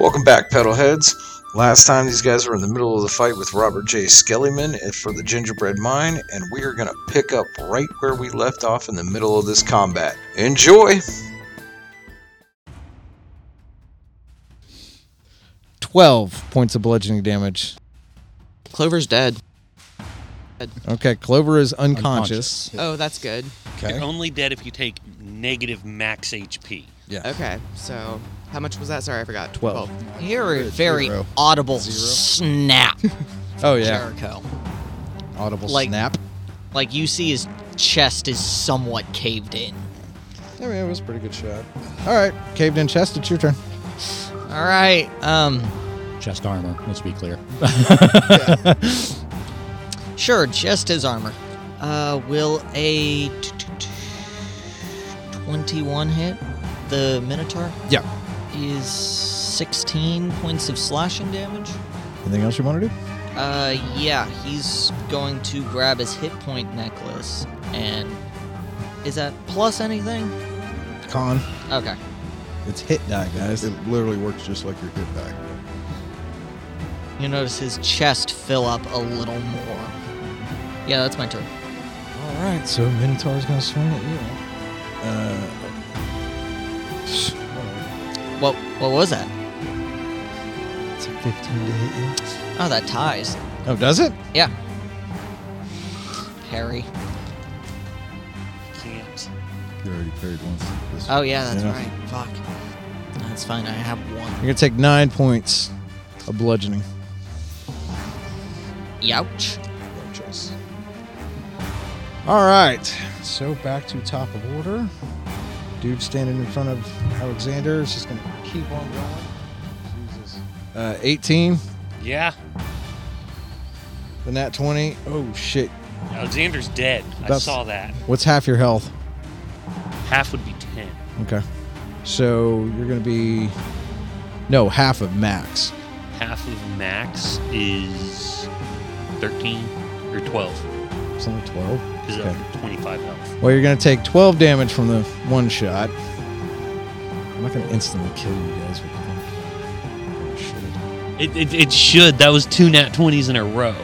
Welcome back, pedalheads. Last time these guys were in the middle of the fight with Robert J. Skellyman for the Gingerbread Mine, and we are going to pick up right where we left off in the middle of this combat. Enjoy! 12 points of bludgeoning damage. Clover's dead. Okay, Clover is unconscious. Oh, that's good. You're Okay. only dead if you take negative max HP. Yeah. Okay, so how much was that? Sorry, I forgot. Twelve. Hear a very Zero. audible snap, Oh, yeah. Jericho. Audible Like- snap. Like you see his chest is somewhat caved in. I mean, it was a pretty good shot. All right, caved in chest, it's your turn. All right. Um. chest armor. Let's be clear. Sure. Just his armor. Uh. Will a twenty-one hit? The Minotaur Yeah. is sixteen points of slashing damage. Anything else you want to do? Uh. Yeah. He's going to grab his hit point necklace and. Is that plus anything? Con. Okay. It's hit die, guys. It literally works just like your hit back. You notice his chest fill up a little more. Yeah, that's my turn. All right, so Minotaur's going to swing at you. Uh, What what was that? it's a 15 to hit you. Oh, that ties. Oh, does it? Yeah. Harry. Can't. You already parried once. This Oh yeah, that's Yeah. right. Fuck. That's fine. I have You're one. going to take nine points of bludgeoning. Youch. All right. So back to top of order. Dude standing in front of Alexander is just going to keep on going. Jesus. Uh, 18, Yeah, the nat 20. Oh, shit. Alexander's dead. I That's- saw that. What's half your health? Half would be ten. Okay. So you're going to be. No, half of max. Half of max is thirteen or twelve. It's only 12. Is Okay. up to twenty-five health. Well, you're going to take 12 damage from the one shot. I'm not going to instantly kill you guys with that. Oh, shit. It, it, it should. That was two nat twenties in a row.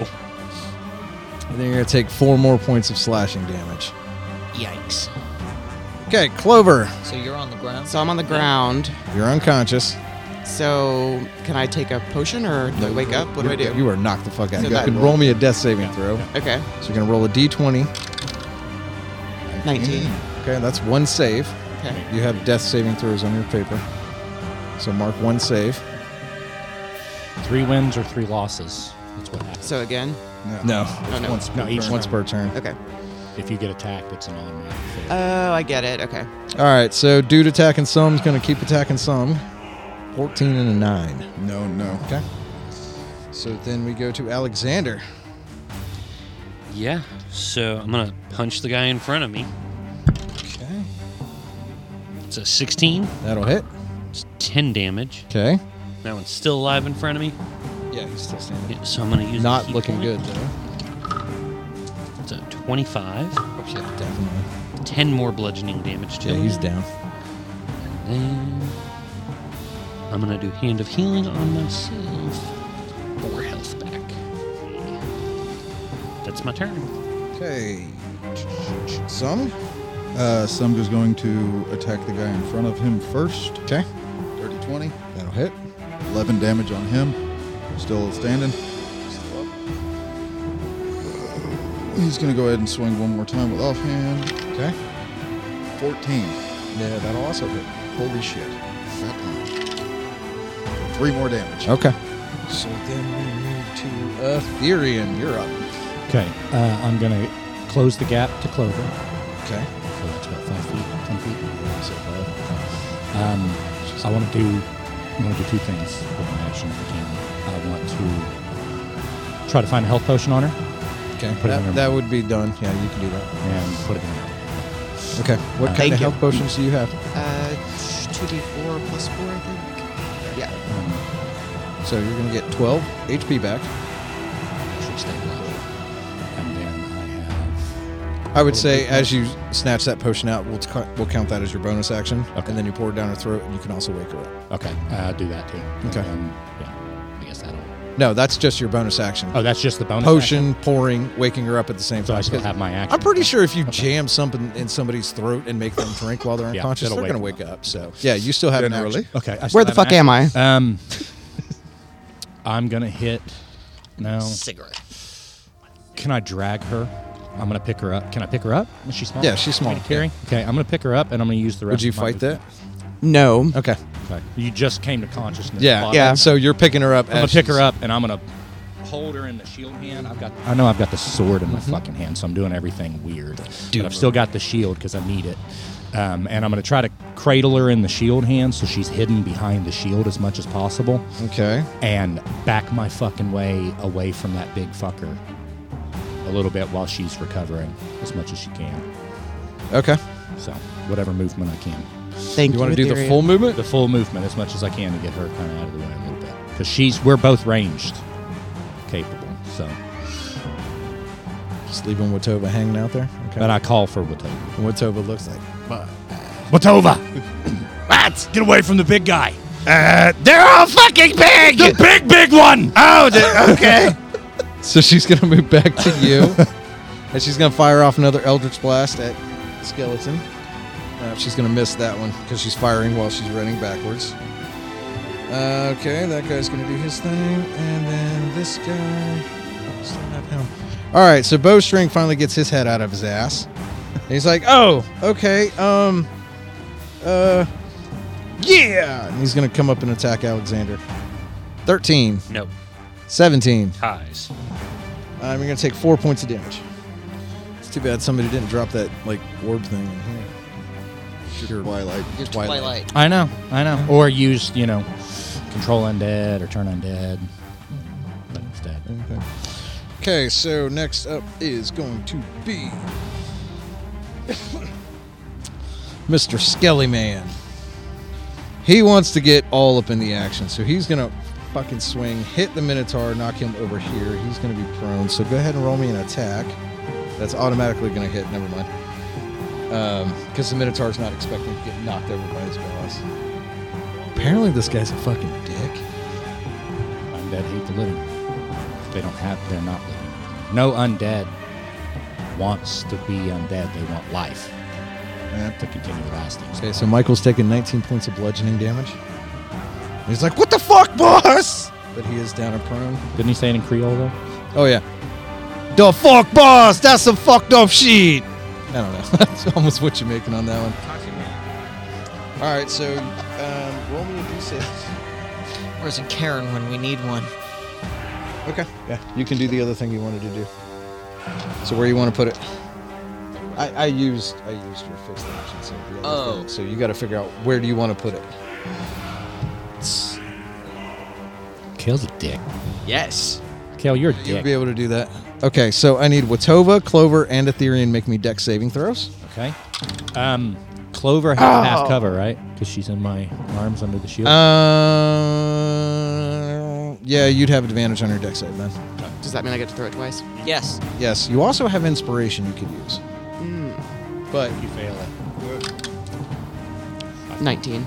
And then you're going to take four more points of slashing damage. Yikes. Okay, Clover, So you're on the ground. So I'm on the ground. you're unconscious. So can I take a potion or do I wake up? What do I You're- do? You are knocked the fuck out. So you that- can roll me a death saving throw. Okay, So you're going to roll a d20. 19. Okay, that's one save. Okay. You have death saving throws on your paper. So mark one save. Three wins or three losses. That's what happens. So again, No. oh no. Once, no, each Once per turn. Okay. If you get attacked, it's an automatic fail. Oh, I get it. Okay. All right, so dude attacking some's going to keep attacking some. 14 and a 9. No, no. Okay. So then we go to Alexander. Yeah. So I'm gonna punch the guy in front of me. Okay. It's a sixteen. That'll hit. It's ten damage. Okay. That one's still alive in front of me. Yeah, he's still standing. Yeah, so I'm gonna use. Not the key looking point. good, though. It's a twenty-five. Oh, Yeah, definitely. Ten more bludgeoning damage to Yeah, him. he's down. Then I'm gonna do hand of healing on myself. Four health back. That's my turn. Okay. Some? Uh, Sumg is going to attack the guy in front of him first. Okay. Dirty 20. That'll hit. 11 damage on him. Still standing. He's going to go ahead and swing one more time with offhand. Okay. 14. Yeah, that'll also hit. Holy shit. That one. Three more damage. Okay. So then we move to uh, Therian. You're up. Okay, uh, I'm gonna close the gap to Clover. Okay. So that's about five feet, ten feet. So, uh, Um, I want to do. I want to do two things with my action if I can. I want to try to find a health potion on her Okay. Put it in That, your that would be done. Yeah, you can do that. and put it in. her. Okay. What kind Thank of you. health potions do you have? Uh, 2d4 plus 4, I think. Yeah. Um, So you're going to get 12 HP back. should stay low. And then I have I would say as you snatch that potion out, we'll, cu- we'll count that as your bonus action. Okay. And then you pour it down her throat, and you can also wake her up. Okay, uh, do that too. Okay. And then, yeah, I guess that'll. No, that's just your bonus action. Oh, that's just the bonus. potion, pouring, waking her up at the same action? So I time. still have my action. I'm pretty sure if you jam something in somebody's throat and make them drink while they're Yeah, unconscious, that'll they're going to wake wake them up. So yeah, you still have an action. Generally. Okay. I still Where the have an fuck am I? action. Um, I'm gonna hit. No. Cigarette. Can I drag her? I'm gonna pick her up. Can I pick her up? Is she small? Yeah, she's small. Can I carry? Okay, I'm gonna pick her up and I'm gonna use the rest. Would you of my fight that? movement. No. Okay. Okay. You just came to consciousness. Yeah. Bottom. Yeah. So you're picking her up. I'm gonna pick her up and I'm gonna hold her in the shield hand. I've got. I know I've got the sword in my fucking hand, so I'm doing everything weird. Dude, I've still got the shield because I need it. Um, and I'm gonna try to cradle her in the shield hand so she's hidden behind the shield as much as possible, Okay. and back my fucking way away from that big fucker a little bit while she's recovering as much as she can. Okay. So whatever movement I can, Thank you. You want to do the Ethereum. full movement? the full movement as much as I can to get her kind of out of the way a little bit because she's we're both ranged capable. So. Just leaving Watova hanging out there. But I call for Watova. And Watova looks like. Watova! what? Get away from the big guy! Uh, they're all fucking big! The big, big one! Oh, okay. So she's gonna move back to you, and she's gonna fire off another Eldritch Blast at skeleton. Uh, she's gonna miss that one because she's firing while she's running backwards. Uh, okay, that guy's gonna do his thing, and then this guy. Oh, still have him. All right, so Bowstring finally gets his head out of his ass. And he's like, "Oh, okay, um, uh, yeah." And he's gonna come up and attack Alexander. 13, No 17, ties. I'm gonna take four points of damage. It's too bad somebody didn't drop that like orb thing in here. Your Twilight. Your Twilight. Twilight. I know, I know. Or use, you know, control undead or turn undead. But instead. Okay. Okay, so next up is going to be Mr. Skelly Man. He wants to get all up in the action, so he's gonna fucking swing, hit the Minotaur, knock him over here. He's gonna be prone, so go ahead and roll me an attack. That's automatically gonna hit. Never mind, because the Minotaur's not expecting to get knocked over by his boss. Apparently, this guy's a fucking dick. Undead hate the living. They don't have, they're not living. No undead wants to be undead. They want life to continue lasting. Okay, so Michael's taking 19 points of bludgeoning damage. And He's like, "What the fuck, boss?" But he is down and prone. Didn't he say it in Creole, though? Oh yeah, the fuck, boss. That's some fucked up shit. I don't know. That's almost what you're making on that one. All right, so um, roll me a d6. Where's a Karen when we need one? Okay. Yeah, you can do the other thing you wanted to do. So where you want to put it? I, I used I used your fixed action. So the other Oh. thing. So you got to figure out where do you want to put it. Kale's a dick. Yes. Kale, you're a You'll dick. be able to do that. Okay, so I need Watova, Clover, and Etherian make me deck saving throws. Okay. Um, Clover has half cover, right? Because she's in my arms under the shield. Uh, yeah, you'd have advantage on your deck save then. Does that mean I get to throw it twice? Yes. Yes, you also have inspiration you could use. Hmm, But you fail it. 19.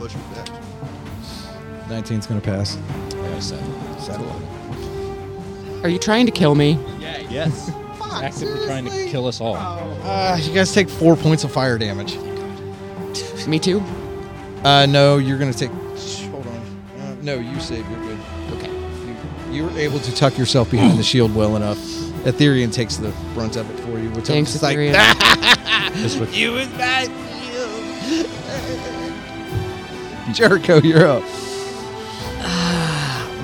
Push it back. 19's going to pass. Like I said. Are you trying to kill me? Yes. Actively trying to kill us all. Uh, you guys take four points of fire damage. Me too? Uh, no, you're going to take. Hold on. Uh, no, you save. You're good. Okay. You, you were able to tuck yourself behind the shield well enough. Etherian takes the brunt of it for you. Which Thanks, is like, Ethereum. This would- Jericho, you're up.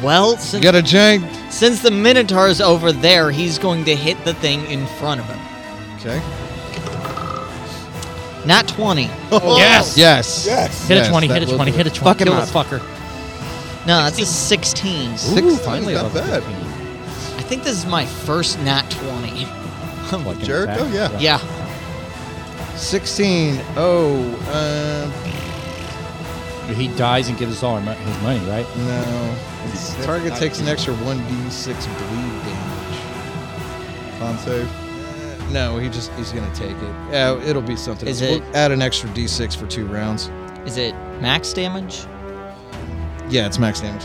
Well, You since, got a jank. since the Minotaur's over there, he's going to hit the thing in front of him. Okay. Not 20. Oh, yes. Yes. Hit a Yes, 20, hit that a will 20, do hit a it. 20. Fuck him kill up. this fucker. No, that's a 16. Six. Finally, not level bad. 15. I think this is my first not 20. Like an Jericho, attack. yeah. Yeah. 16. Oh, He dies and gives us all our, mo- his money, right? um, no. Target takes an extra 1d6 bleed damage. Con save. Uh, No, he just he's gonna take it. Uh, it'll be something. Is else. it- We'll add an extra d6 for two rounds? Is it max damage? Yeah, it's max damage.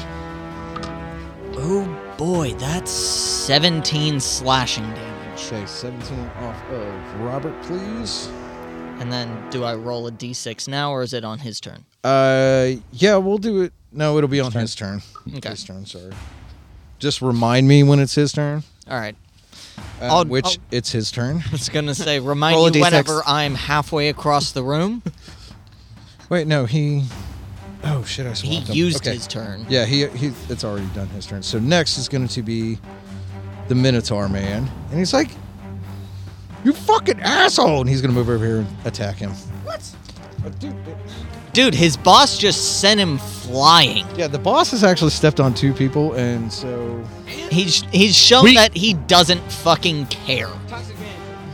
Oh boy, that's 17 slashing damage. Okay, 17 off of Robert, please. And then do I roll a d6 now or is it on his turn? Uh, yeah, we'll do it. No, it'll be on his turn. Okay. His turn. Sorry. Just remind me when it's his turn. All right. uh, I'll- which I'll- it's his turn. I was going to say, Roll a remind me D6. whenever I'm halfway across the room. Wait, no, he. Oh shit! I He swapped him. used Okay. his turn. Yeah, he he. It's already done his turn. So next is going to be the Minotaur man, and he's like, "You fucking asshole!" And he's going to move over here and attack him. Dude, his boss just sent him flying. Yeah, the boss has actually stepped on two people, and so He's he's shown We- that he doesn't fucking care.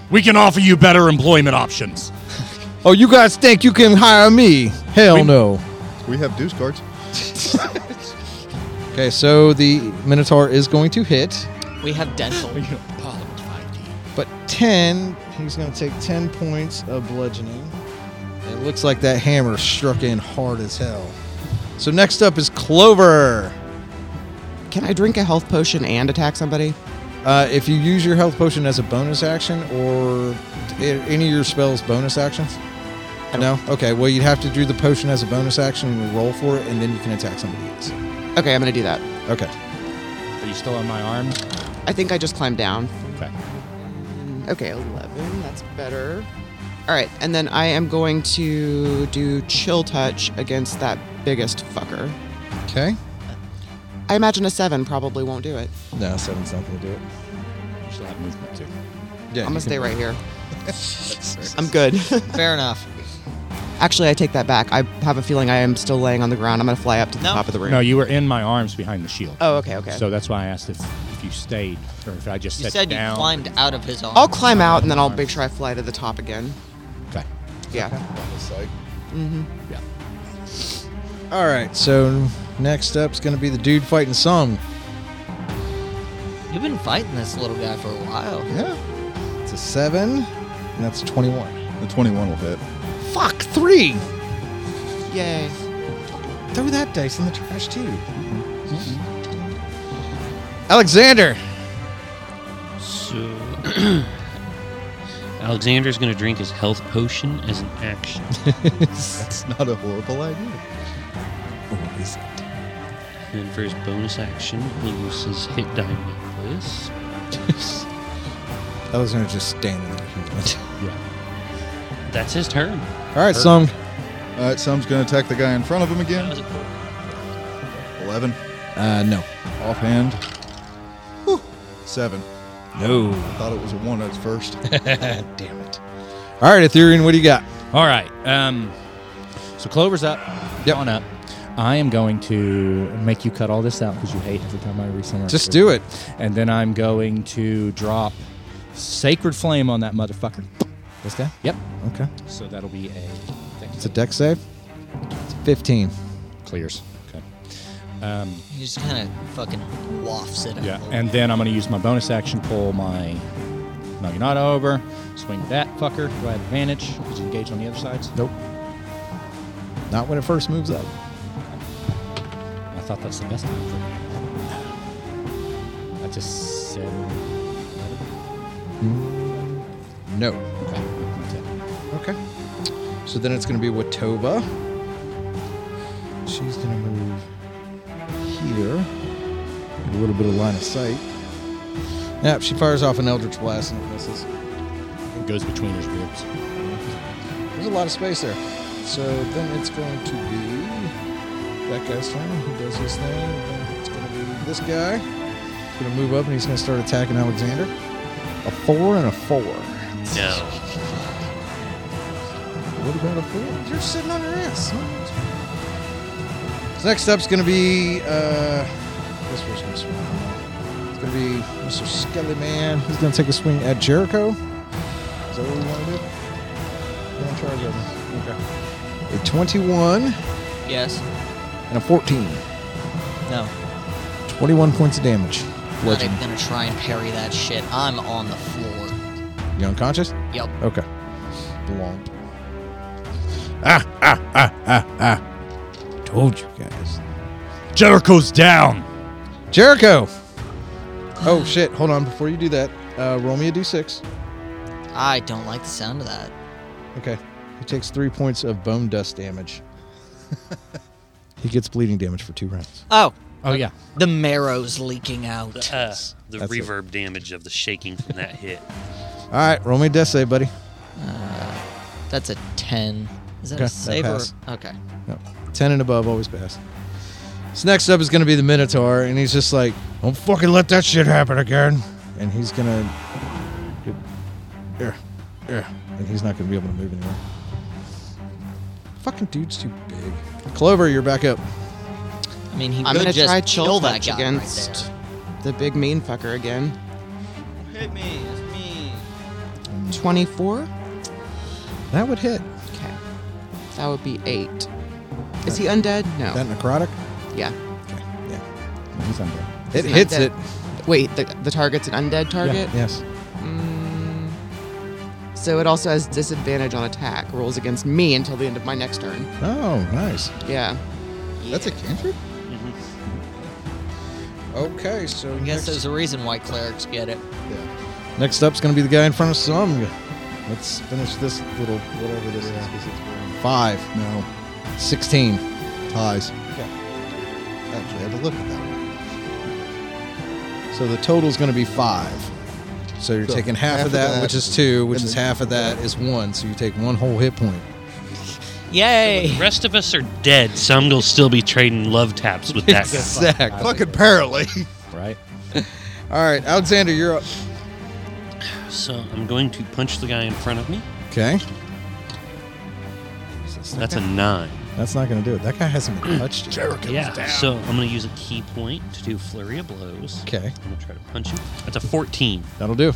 We can offer you better employment options. Oh, you guys think you can hire me? Hell We- no. We have deuce cards. Okay, so the Minotaur is going to hit, We have dental. but 10, he's going to take 10 points of bludgeoning. It looks like that hammer struck in hard as hell. So next up is Clover. Can I drink a health potion and attack somebody? Uh, if you use your health potion as a bonus action or a- any of your spells bonus actions? No? Okay, well, you'd have to do the potion as a bonus action and roll for it, and then you can attack somebody else. Okay, I'm gonna do that. Okay. Are you still on my arm? I think I just climbed down. Okay. Okay, 11. That's better. All right, and then I am going to do chill touch against that biggest fucker. Okay. I imagine a seven probably won't do it. No, seven's not going to do it. You still have movement too. Yeah, I'm you gonna can- stay right here. I'm good. Fair enough. Actually, I take that back. I have a feeling I am still laying on the ground. I'm gonna fly up to the No. top of the room. No, you were in my arms behind the shield. Oh, okay, okay. So that's why I asked if, if you stayed or if I just You sat said down. you climbed out of his arm. I'll climb out and then I'll make sure I fly to the top again. Okay. Yeah. Yeah. All right, so next up's going to be the dude fighting Sung. You've been fighting this little guy for a while. Yeah. It's a seven, and that's 21. The 21 will hit. Fuck, three! Yay. Throw that dice in the trash, too. Mm-hmm. Alexander! So, Alexander's going to drink his health potion as an action. That's not a horrible idea. Oh, And then for his bonus action, he uses hit die necklace. Alexander just standing there. Yeah. That's his turn. All right, Sung. All right, Sum's going to attack the guy in front of him again. 11. Uh, no. Offhand. Whew. Seven. No. I thought it was a one at first. Damn it. All right, Ethereum, what do you got? All right. Um, so Clover's up. Yep. On up. I am going to make you cut all this out because you hate every time I resend. Just do it. And then I'm going to drop Sacred Flame on that motherfucker. This guy? Yep. Okay. So that'll be a. It's a deck save. It's 15. clears. Okay. Um, He just kind of fucking wafts it. up a Yeah, little. and then I'm going to use my bonus action, pull my Naginata over, swing that fucker. Do I have advantage? Is it engaged on the other sides? Nope. Not when it first moves up. I thought that's the best time for me. That's a seven. No. Okay, that's it. Okay. So then it's going to be Watova. She's going to move here. Get a little bit of line of sight. Yep, she fires off an Eldritch Blast and it misses. It goes between his ribs. There's a lot of space there. So then it's going to be that guy's turn. He does his thing. Then it's going to be this guy. He's going to move up and he's going to start attacking Alexander. A four and a four. No. Uh, What about a four? You're sitting on your ass. So next up's gonna be uh this one's gonna swing. It's gonna be Mr. Skelly Man. He's gonna take a swing at Jericho. Is that what we wanna do? We're gonna try that one. Okay. A 21 Yes. and a 14. No. 21 points of damage. Not even gonna try and parry that shit. I'm on the floor. You unconscious? Yep. Okay. Blomp. Ah, ah, ah, ah, ah. Told you guys. Jericho's down. Jericho! Oh, shit. Hold on. Before you do that, uh, roll me a d6. I don't like the sound of that. Okay. He takes three points of bone dust damage. he gets bleeding damage for two rounds. Oh, Oh yeah. the marrow's leaking out. Uh, the That's it. reverb damage of the shaking from that hit. All right. Roll me a death save, buddy. That's a 10. Is that Okay, a that save or? passed. Okay. No. 10 and above always pass. So next up is going to be the Minotaur, and he's just like, don't fucking let that shit happen again. And he's going to. Yeah, yeah. And he's not going to be able to move anymore. Fucking dude's too big. Clover, you're back up. I mean, he I'm could gonna just try chill kill that touch guy against- The big mean fucker again. right there. Hit me. It's me. 24? That would hit. Okay. That would be 8. Is he undead? No. That necrotic? yeah. Yeah. He's undead. It It's hits not it. dead. Wait, the, the target's an undead target? Yes. Mm. So it also has disadvantage on attack. Rolls against me until the end of my next turn. Oh, nice. Yeah. That's a cantrip? Okay, so Mm-hmm. I guess next, there's a reason why clerics get it. next up's going to be the guy in front of Sung. Let's finish this little, whatever this is. 'cause it's- Five. No. 16. Ties. Actually, I had to look at that. So the total's going to be five. So you're So taking half, of that, which is two, which and is then- half of that is one. So you take one whole hit point. Yay! The rest of us are dead. Some will still be trading love taps with that guy. Exactly. Fucking apparently. Right. All right, Alexander, you're up. So I'm going to punch the guy in front of me. Okay. That's a nine. That's not going to do it. That guy hasn't been touched yet. Yeah. So I'm going to use a key point to do flurry of blows. Okay. I'm going to try to punch him. That's a 14. That'll do.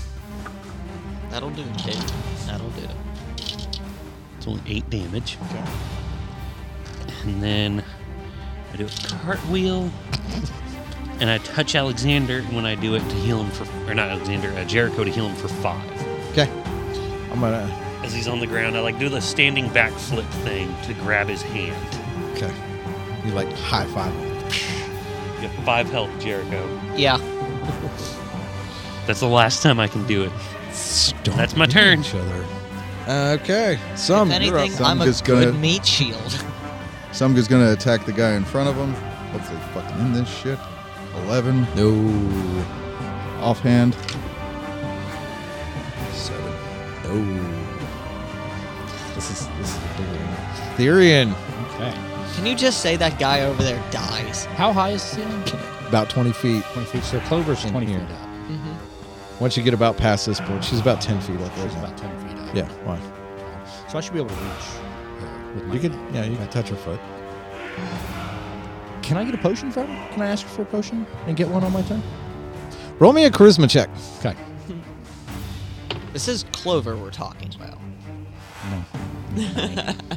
That'll do it. Dave. That'll do it. It's only eight damage. And then I do a cartwheel, and I touch Alexander. And when I do it, to heal him for, or not Alexander, uh, Jericho to heal him for five. Okay. I'm going to. As he's on the ground, I like do the standing backflip thing to grab his hand. Okay. You like high five. him. You have five health, Jericho. Yeah. That's the last time I can do it. Stomp That's my into turn. Each other. Okay. Some. if you're up. anything, so I'm I'm a just good gonna- meat shield. Sumga's gonna attack the guy in front of him. Hopefully, fucking end this shit. 11. No. Offhand. Seven. No. This is this is a big one. Therian. Okay. Can you just say that guy over there dies? How high is the ceiling? About 20 feet. Twenty feet. So Clover's In twenty here. feet up. Once you get about past this board, she's about 10 feet up there. Clover's about ten feet up. Yeah, why? So I should be able to reach. her with my You could, hand. yeah, you can touch her foot. Can I get a potion from her? Can I ask her for a potion and get one on my turn? Roll me a charisma check. Okay. This is Clover we're talking about.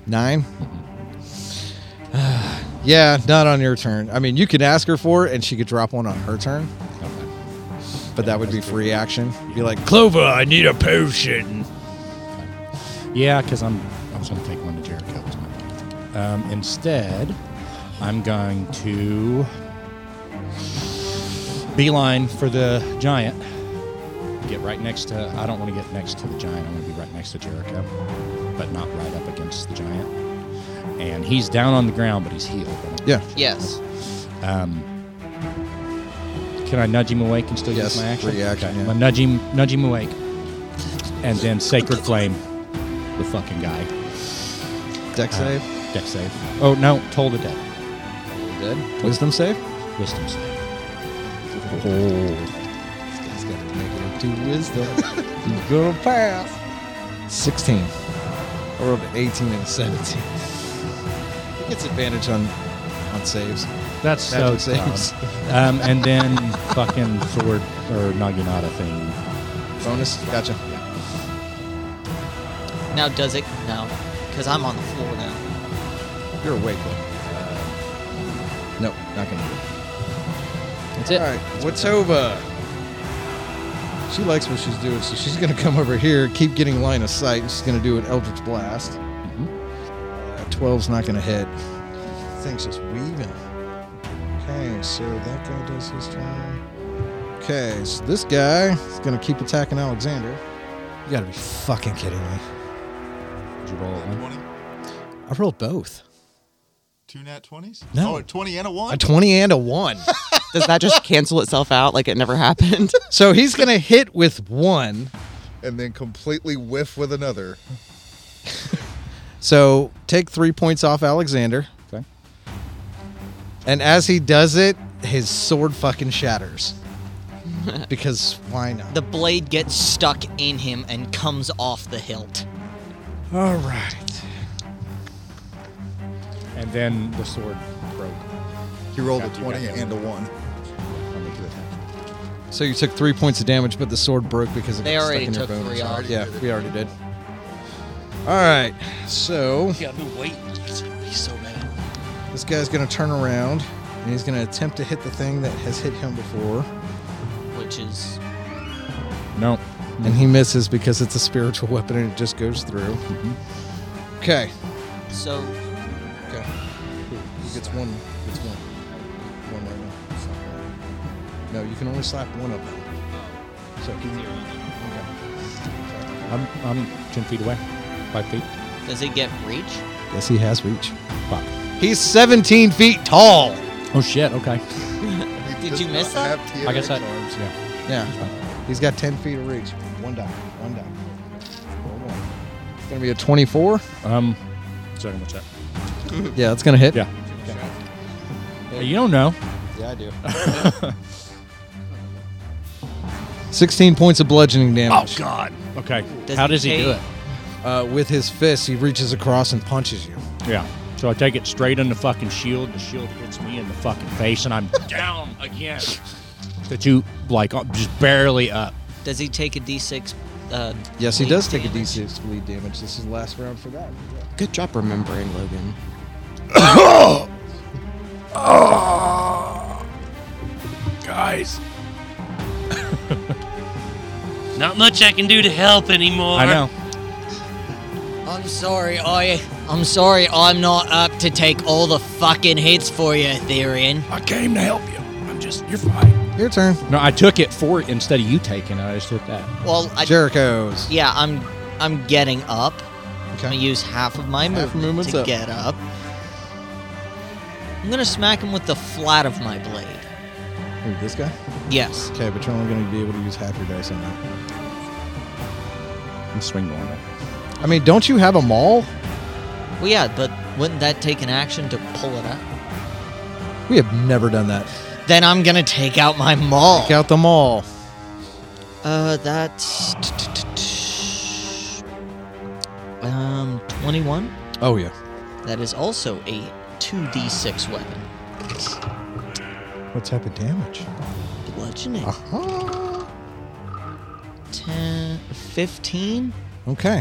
Nine. yeah, not on your turn. I mean, you could ask her for it, and she could drop one on her turn, Okay. but that would be free action. Be like, Clover, I need a potion. Yeah, because I'm. I was going to take one to Jericho. was my plan. Um, instead, I'm going to beeline for the giant. Get right next to. I don't want to get next to the giant. I want to be right next to Jericho, but not right up against the giant. And he's down on the ground, but he's healed. right? Yeah. Yes. Um, can I nudge him awake and still Yes, use my action? free action, yeah. I'm gonna nudge him, nudge him awake, and then sacred flame, the fucking guy. Deck save. Uh, deck save. Oh no, toll the dead. Good. Wisdom save. Wisdom save. This guy's got a negative two wisdom. He's gonna pass. 16. I rolled an 18 and a 17. He gets advantage on on saves. That's Magic so saves. dumb. Um, and then fucking sword or naginata thing. Bonus? Gotcha. Now does it? No, because I'm on the floor now. You're awake though. Nope, not gonna do it. That's Alright, Watoba. She likes what she's doing, so she's gonna come over here, keep getting line of sight, and she's gonna do an Eldritch Blast. Uh, 12's not gonna hit. Thing's just weaving. Okay, so that guy does his turn. Okay, so this guy is gonna keep attacking Alexander. You gotta be fucking kidding me. Did you roll a one? 20, I rolled both. two nat 20s? No. Oh, a 20 and a 1? A 20 and a 1. Does that just cancel itself out like it never happened? so he's gonna hit with one. and then completely whiff with another. So take three points off Alexander. Okay. And as he does it, his sword fucking shatters. because why not? The blade gets stuck in him and comes off the hilt. All right. And then the sword broke. He rolled a Got you, 20 got you. and a 1. I'll make it attack. So you took three points of damage, but the sword broke because it They got already stuck in your took bones. three off. Yeah, we already did. All right. So Yeah, I've been waiting. It's gonna be so bad. This guy's gonna turn around and he's gonna attempt to hit the thing that has hit him before, Which is No. and he misses because it's a spiritual weapon and it just goes through. Okay. so Mm-hmm. Okay. He gets one. Gets one. One right now. No, you can only slap one of them. So he. Okay. I'm, I'm 10 feet away. 5 feet. does it get reach? Yes, he has reach. Fuck. He's 17 feet tall. Oh shit, okay. Did you miss that? I guess I. Yeah. Yeah. He's got 10 feet of reach. One die. One die. Roll one. It's gonna be a 24. Um, second, what's that? Yeah, that's gonna hit. Yeah. Hey, You don't know. Yeah, I do. 16 points of bludgeoning damage. Oh, God. Oh, Okay. Does How it does he do take- it? Uh, with his fist, he reaches across and punches you. Yeah. So I take it straight on the fucking shield. The shield hits me in the fucking face, and I'm down again. That you like uh, just barely up. Does he take a d6? Uh, Yes, he bleed does take a damage? d6 bleed damage. This is the last round for that. Good job remembering, Logan. Guys. Not much I can do to help anymore. I know. I'm sorry, I. I'm sorry, I'm not up to take all the fucking hits for you, Therian. I came to help you. I'm just. You're fine. Your turn. No, I took it for instead of you taking it. I just took that. Well, I, Jericho's. yeah, I'm. I'm getting up. I'm gonna Okay. use half of my Half movement movement's to up. get up. I'm gonna smack him with the flat of my blade. Who, this guy? Yes. Okay, but you're only going to be able to use half your dice on that. And swing normal. I mean, don't you have a maul? Well, yeah, but wouldn't that take an action to pull it up? We have never done that. Then I'm gonna take out my maul. Take out the maul. Uh, that's um twenty-one. Oh, yeah. That is also a two d six weapon. What type of damage? Uh, Bludgeoning. Aha. 10, 15? Okay.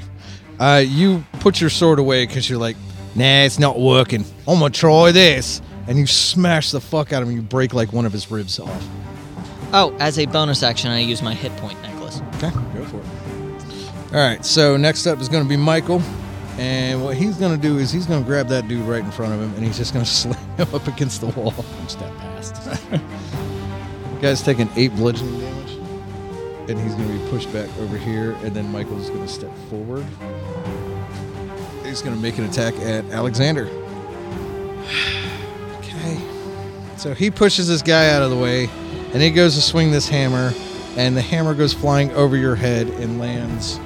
Uh, you put your sword away because you're like, nah, it's not working. I'm going to try this. And you smash the fuck out of him. You break like one of his ribs off. Oh, as a bonus action, I use my hit point necklace. Okay, go for it. All right, so next up is going to be Michael. And what he's going to do is he's going to grab that dude right in front of him and he's just going to slam him up against the wall. One step past. guy's taking eight bludgeoning damage. And he's going to be pushed back over here. And then Michael's going to step forward. He's going to make an attack at Alexander. okay. So he pushes this guy out of the way. And he goes to swing this hammer. And the hammer goes flying over your head and lands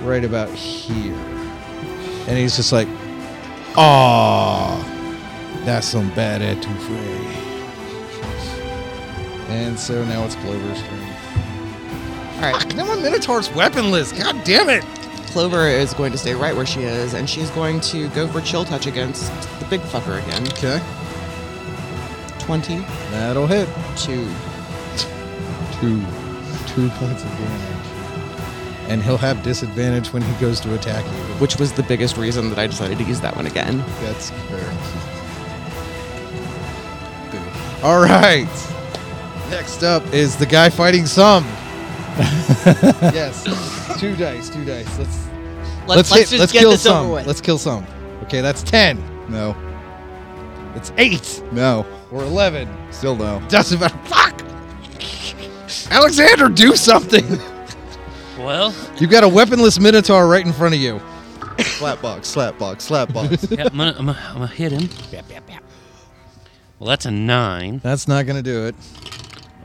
right about here. And he's just like, "Ah, that's some bad etouffee. And so now it's Clover's turn. All right, Now my Minotaur's weaponless. God damn it! Clover is going to stay right where she is, and she's going to go for chill touch against the big fucker again. Okay, Twenty that'll hit. two. Two, two points of damage. And he'll have disadvantage when he goes to attack you. which was the biggest reason that I decided to use that one again. That's fair. All right. Next up is the guy fighting some. yes. Two dice, two dice. Let's Let's, let's, hit- just let's get kill this some. over with. Let's kill some. Okay, that's ten. No. It's eight No. or eleven. Still no. Doesn't matter. Fuck. Alexander, do something. Well, You've got a weaponless minotaur right in front of you. Slapbox, slapbox, slapbox. yeah, I'm gonna, I'm gonna, I'm gonna hit him. Well, that's a nine. That's not gonna do it.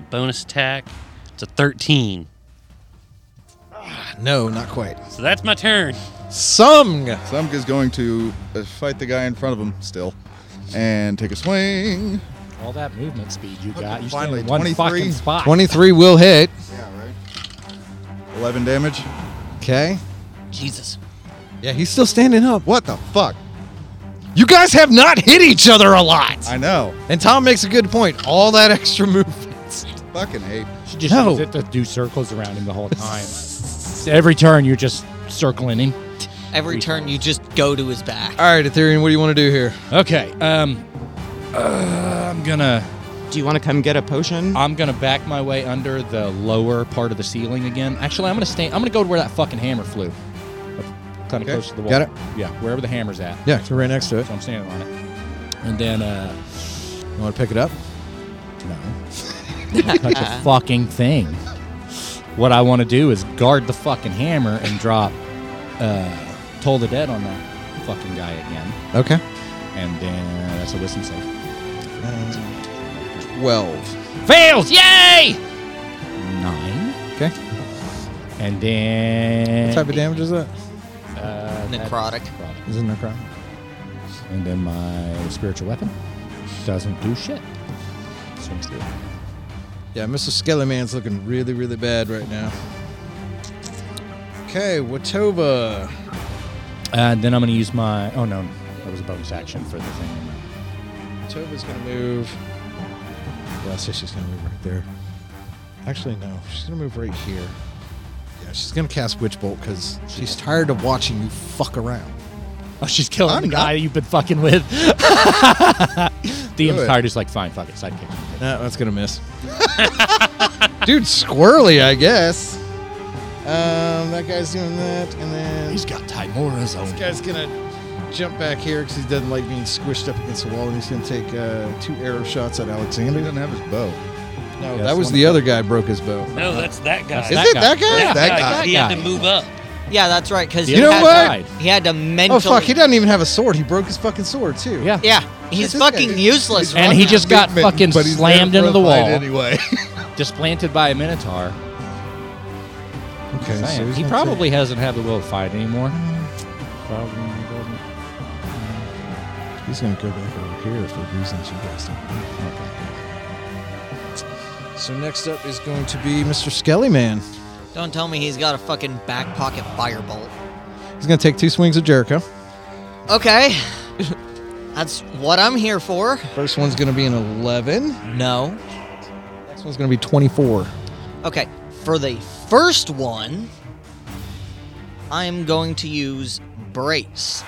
Bonus attack. It's a thirteen. No, not quite. So that's my turn. Some. Samka's going to uh, fight the guy in front of him still. And take a swing. All that movement speed you got. You Finally, Finally, in one 23. fucking spot. Twenty-three will hit. Yeah, right. 11 damage. Okay. Jesus. Yeah, he's still standing up. What the fuck? You guys have not hit each other a lot. I know. And Tom makes a good point. All that extra movement. Fucking hate. She just No. no. to do circles around him the whole time. Every turn, you're just circling him. Every turn you just go to his back. All right, Ethereum, what do you want to do here? Okay. Um, uh, I'm gonna Do you want to come get a potion? I'm gonna back my way under the lower part of the ceiling again. Actually, I'm gonna stay. I'm gonna go to where that fucking hammer flew. Kind of Okay, close to the wall. got it. Yeah, wherever the hammer's at. Yeah, so right next to it. So I'm standing on it. And then, uh, You want to pick it up? no. Touch a fucking thing. What I want to do is guard the fucking hammer and drop uh, Toll the Dead on that fucking guy again. Okay. And then that's a wisdom save. Twelve. Fails! Yay! Nine. Okay. And then. What type of damage is that? Uh, Necrotic. Is it necron? And then my spiritual weapon doesn't do shit. Seems to. Yeah, Mr. Skelly Man's looking really, really bad right now. Okay, Watova. And Uh, then I'm going to use my. Oh no, that was a bonus action for the thing. Watova's gonna move. Yeah, so she's gonna move right there. Actually, no, she's gonna move right here. Yeah, she's gonna cast Witch Bolt because she's tired of watching you fuck around. Oh, she's killing I'm the guy you've been fucking with. DM's Good. tired is like, fine, fuck it, sidekick. Nah, that's gonna miss. Dude, squirrely, I guess. Um, that guy's doing that, and then He's got Timora's own. This guy's gonna jump back here because he doesn't like being squished up against the wall, and he's gonna take uh, two arrow shots at He Alexander. doesn't have his bow. Yeah, No, that it's was one the of other guy broke his bow. No, that's that guy. That's Is that it guy. that guy? Yeah, that yeah, guy. He had to guy. move up. Yeah, that's right. Because You he know had, what? He had to mentally. Oh fuck! He doesn't even have a sword. He broke his fucking sword too. Yeah. Yeah, he's This guy fucking is- useless. And he just got Big mitten, fucking but he's there slammed for into a the fight wall, Anyway. displanted by a minotaur. Okay. Saying, he's he gonna probably hasn't had the will to fight anymore. Probably doesn't. take- he's gonna go back over here for reasons you guys don't. know. So next up is going to be Mr. Skelly Man. Don't tell me he's got a fucking back pocket firebolt. He's gonna take two swings at Jericho. Okay, that's what I'm here for. First one's gonna be an eleven. No. Next one's gonna be twenty-four. Okay, for the first one, I am going to use brace.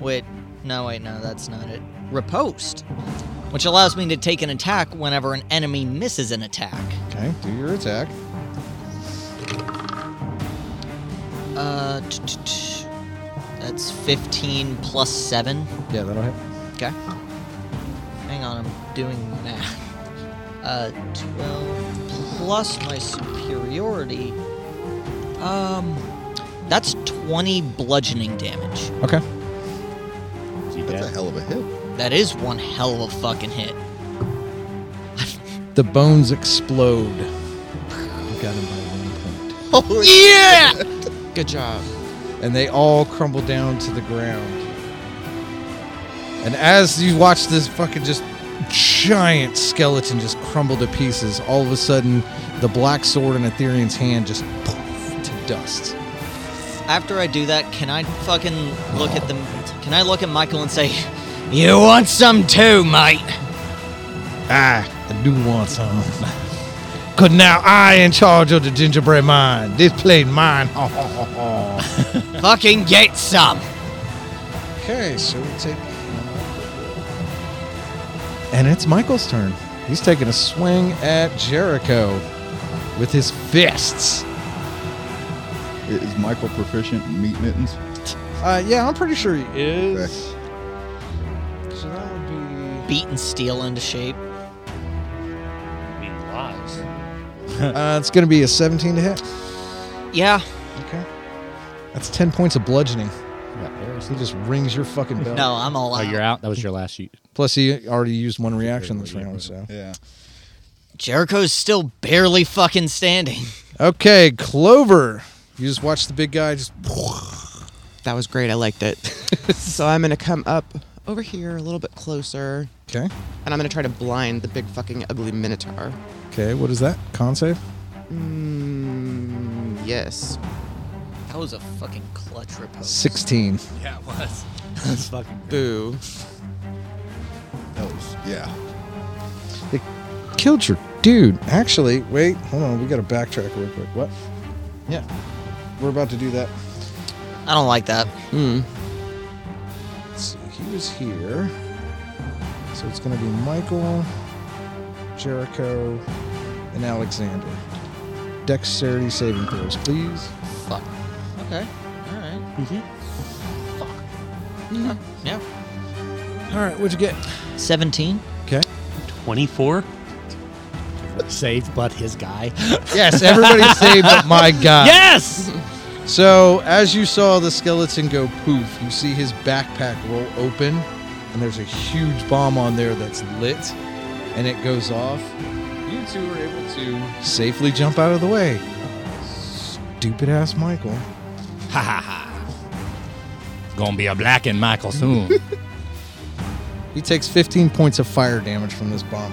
Wait, no, wait, no, that's not it. Repost, which allows me to take an attack whenever an enemy misses an attack. Okay, do your attack. Uh, t- t- t- that's 15 plus 7. Yeah, that'll hit. Okay. Hang on, I'm doing math. Uh, 12 plus my superiority. Um, that's 20 bludgeoning damage. Okay. Is he That's a dead? hell of a hit. That is one hell of a fucking hit. The bones explode. You got him by one point. yeah! Good job. And they all crumble down to the ground. And as you watch this fucking just giant skeleton just crumble to pieces, all of a sudden the black sword in Ethereum's hand just poof to dust. After I do that, can I fucking look at them? Can I look at Michael and say, You want some too, mate? Ah, I do want some. Cause now I in charge of the gingerbread mine. This played mine. fucking get some! Okay, so we take. And it's Michael's turn. He's taking a swing at Jericho. with his fists. I- Is Michael proficient in meat mittens? Uh, yeah, I'm pretty sure he is. So that would be. Beaten steel into shape. I mean, lives. Uh, it's going to be a 17 to hit. Yeah. Okay. That's 10 points of bludgeoning. He just rings your fucking bell. No, I'm all Oh, out. you're out. That was your last sheet. Plus, he already used one reaction this round, so. Yeah. Jericho's still barely fucking standing. Okay, Clover. You just watch the big guy just. That was great. I liked it. so I'm gonna come up over here a little bit closer, Okay. and I'm gonna try to blind the big fucking ugly minotaur. Okay, what is that? Con save? Mm, yes. That was a fucking clutch repose. 16. Yeah, it was. That's fucking Boo. That was, yeah. Killed your dude. Actually, wait, hold on. We got to backtrack real quick. What? Yeah. We're about to do that. I don't like that. Mm. Let's see. He was here. So it's going to be Michael, Jericho, and Alexander. Dexterity saving throws, please. Fuck. Okay. All right. Mm-hmm. Yeah. All right, Mm-hmm. what'd you get? 17. Okay. 24? Saved, but his guy. Yes, everybody saved but my guy. yes. So, as you saw the skeleton go poof, you see his backpack roll open, and there's a huge bomb on there that's lit, and it goes off. You two are able to safely jump out of the way. Stupid ass Michael. Ha ha ha. Gonna be a black and Michael soon. He takes 15 points of fire damage from this bomb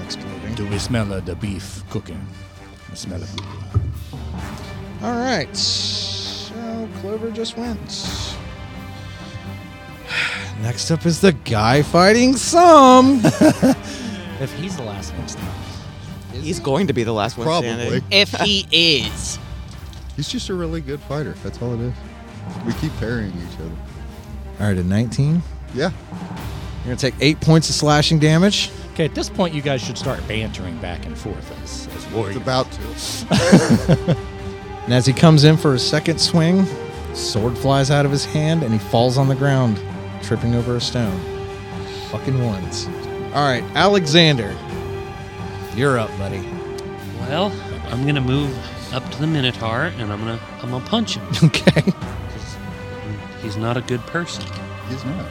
exploding. Do we smell of the beef cooking? The smell of All right. So Clover just went. Next up is the guy fighting some. If he's the last one, He's going to be the last one Probably. standing. If he is. He's just a really good fighter. That's all it is. We keep parrying each other. All right, a 19. You're Yeah. going to take eight points of slashing damage. Okay, at this point, you guys should start bantering back and forth as, as warriors. It's about to. And as he comes in for his second swing, sword flies out of his hand and he falls on the ground, tripping over a stone. Fucking ones. All right, Alexander. You're up, buddy. Well, I'm gonna move up to the Minotaur and I'm gonna I'm gonna punch him. Okay. 'cause He's not a good person. He's not.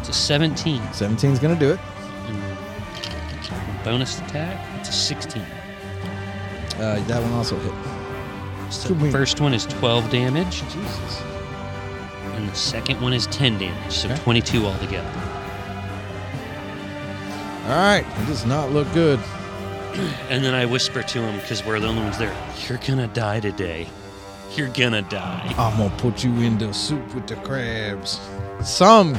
It's a 17. 17's going to do it. And bonus attack. It's a 16. Uh, that one also hit. So Good win. the first one is 12 damage Jesus. and the second one is 10 damage. So Okay. 22 altogether. All right, it does not look good. And then I whisper to him because we're the only ones there. You're gonna die today. You're gonna die. I'm going to put you in the soup with the crabs. Some.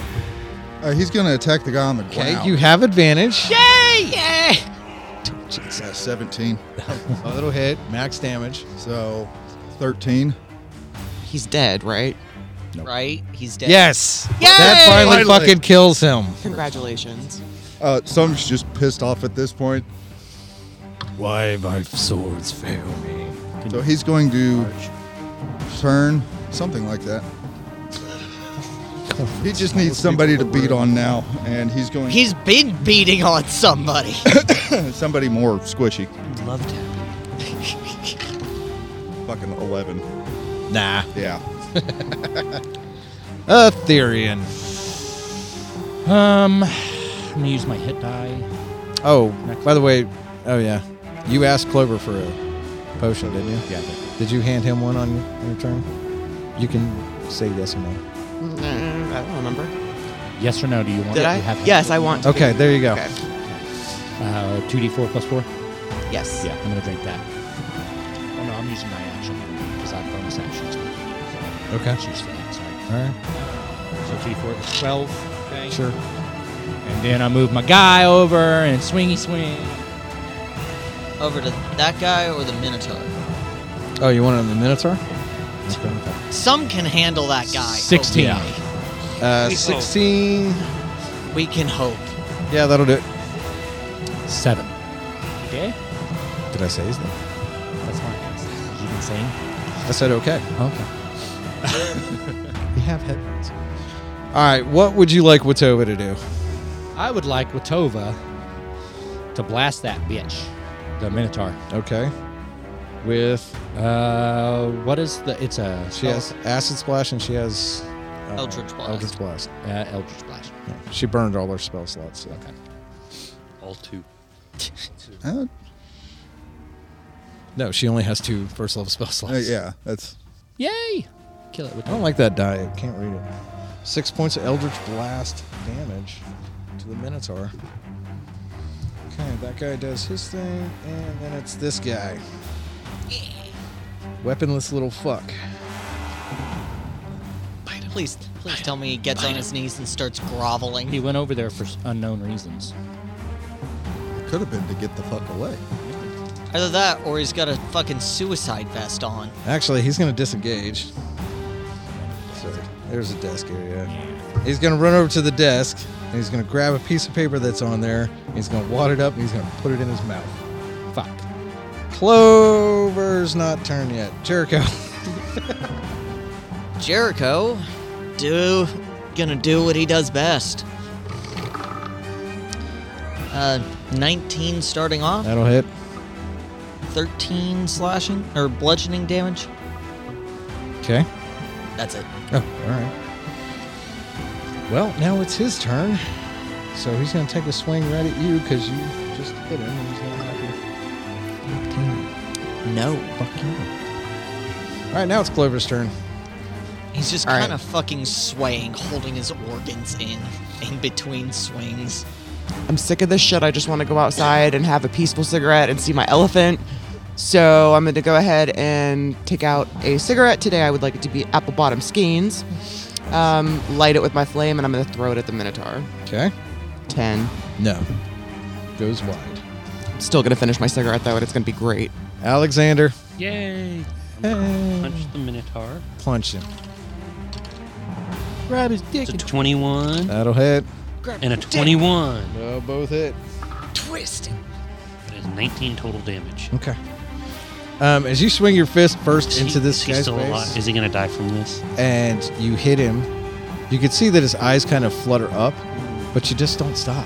Uh, he's going to attack the guy on the Okay, ground. you have advantage. Yeah. Yeah, 17. A little hit, max damage. So, 13. He's dead, right? Right? He's dead. Yes. That finally, Finally. fucking kills him. Congratulations. Uh, Sung's just pissed off at this point. Why my swords fail me? So he's going to turn, something like that. He just needs somebody to beat on now, and he's going He's been beating on somebody. somebody more squishy. Love tapping. Fucking 11. Nah. Yeah. Aetherian. Um, I'm gonna use my hit die. Oh, by the way, oh yeah, you asked Clover for a potion, didn't you? Yeah. Did you hand him one on your, on your turn? You can say yes or no. Mm, I don't remember. Yes or no? Do you want? Did to I? Have Yes, I want. To Okay, there you go. Okay. Uh, 2d4 plus four. Yes. Yeah, I'm gonna drink that. Oh no, I'm using my action because I have bonus actions. Okay. Let's use that. Sorry. All right, So 2d4 is 12, sure. and then I move my guy over and swingy swing. Over to that guy or the Minotaur. Oh, you want it on the Minotaur? Some can handle that guy. 16. hopefully. Uh, sixteen. We can hope. Yeah, that'll do it. Seven. Okay. Did I say his name? That's fine. even saying? I said okay. Okay. We have headphones. All right, what would you like Watova to do? I would like Watova to blast that bitch, the Minotaur. Okay. With Uh, what is the? It's a she has acid splash and she has uh, Oh. Eldritch Blast. Eldritch blast. uh, Eldritch Blast. Yeah. She burned all her spell slots. So. Okay. All two. Uh, No, she only has two first level spell slots. uh, yeah, that's Yay! Kill it with I don't like that die. I can't read it. Six points of Eldritch Blast damage to the Minotaur. Okay, that guy does his thing, and then it's this guy. Weaponless little fuck. Please, please tell me he gets on his knees and starts groveling. He went over there for s- unknown reasons. it could have been to get the fuck away. Either that, or he's got a fucking suicide vest on. Actually, he's gonna disengage. So there's a desk area. He's gonna run over to the desk, and he's gonna grab a piece of paper that's on there, and he's gonna wad it up, and he's gonna put it in his mouth. Fuck. Clover's not turned yet. Jericho. Jericho, do gonna do what he does best. Uh, 19 starting off, That'll hit. 13 slashing or bludgeoning damage. Okay. That's it. Oh, all right. Well, now it's his turn. So he's going to take a swing right at you because you just hit him and he's going to knock No, you. All right, now it's Clover's turn. he's just All right. kind of fucking swaying, holding his organs in in between swings. I'm sick of this shit. I just want to go outside and have a peaceful cigarette and see my elephant. So I'm going to go ahead and take out a cigarette today. I would like it to be apple bottom skeins. Um, light it with my flame, and I'm going to throw it at the Minotaur. Okay. Ten. No. Goes wide. I'm still going to finish my cigarette though, and it's going to be great. Alexander. Yay! Punch the Minotaur. Punch him. Grab his dick. It's a 21 That'll hit. and a 21. No, both hit. That is 19 total damage. Okay. Um, as you swing your fist first Is into he- this is he guy's still alive? face Is he gonna die from this? and you hit him, you can see that his eyes kind of flutter up, but you just don't stop.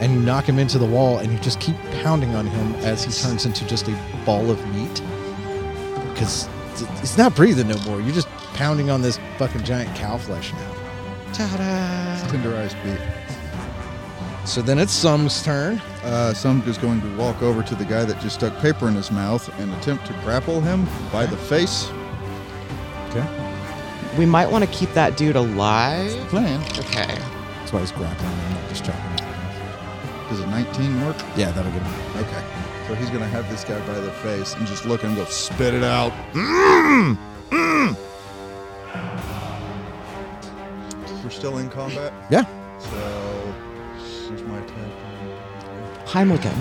And you knock him into the wall and you just keep pounding on him as he turns into just a ball of meat. Because he's not breathing no more. You're just pounding on this fucking giant cow flesh now. It's tenderized beef. So then it's Sum's turn. Uh, Sumg is going to walk over to the guy that just stuck paper in his mouth and attempt to grapple him by the face. We might want to keep that dude alive. Plan. Okay. That's why he's grappling and not just chopping. him. Does a 19 work? Yeah, that'll get him. Okay. So he's going to have this guy by the face and just look at him and go, spit it out. Mm-hmm. We're still in combat, Yeah. so here's my attack. Heimlichen.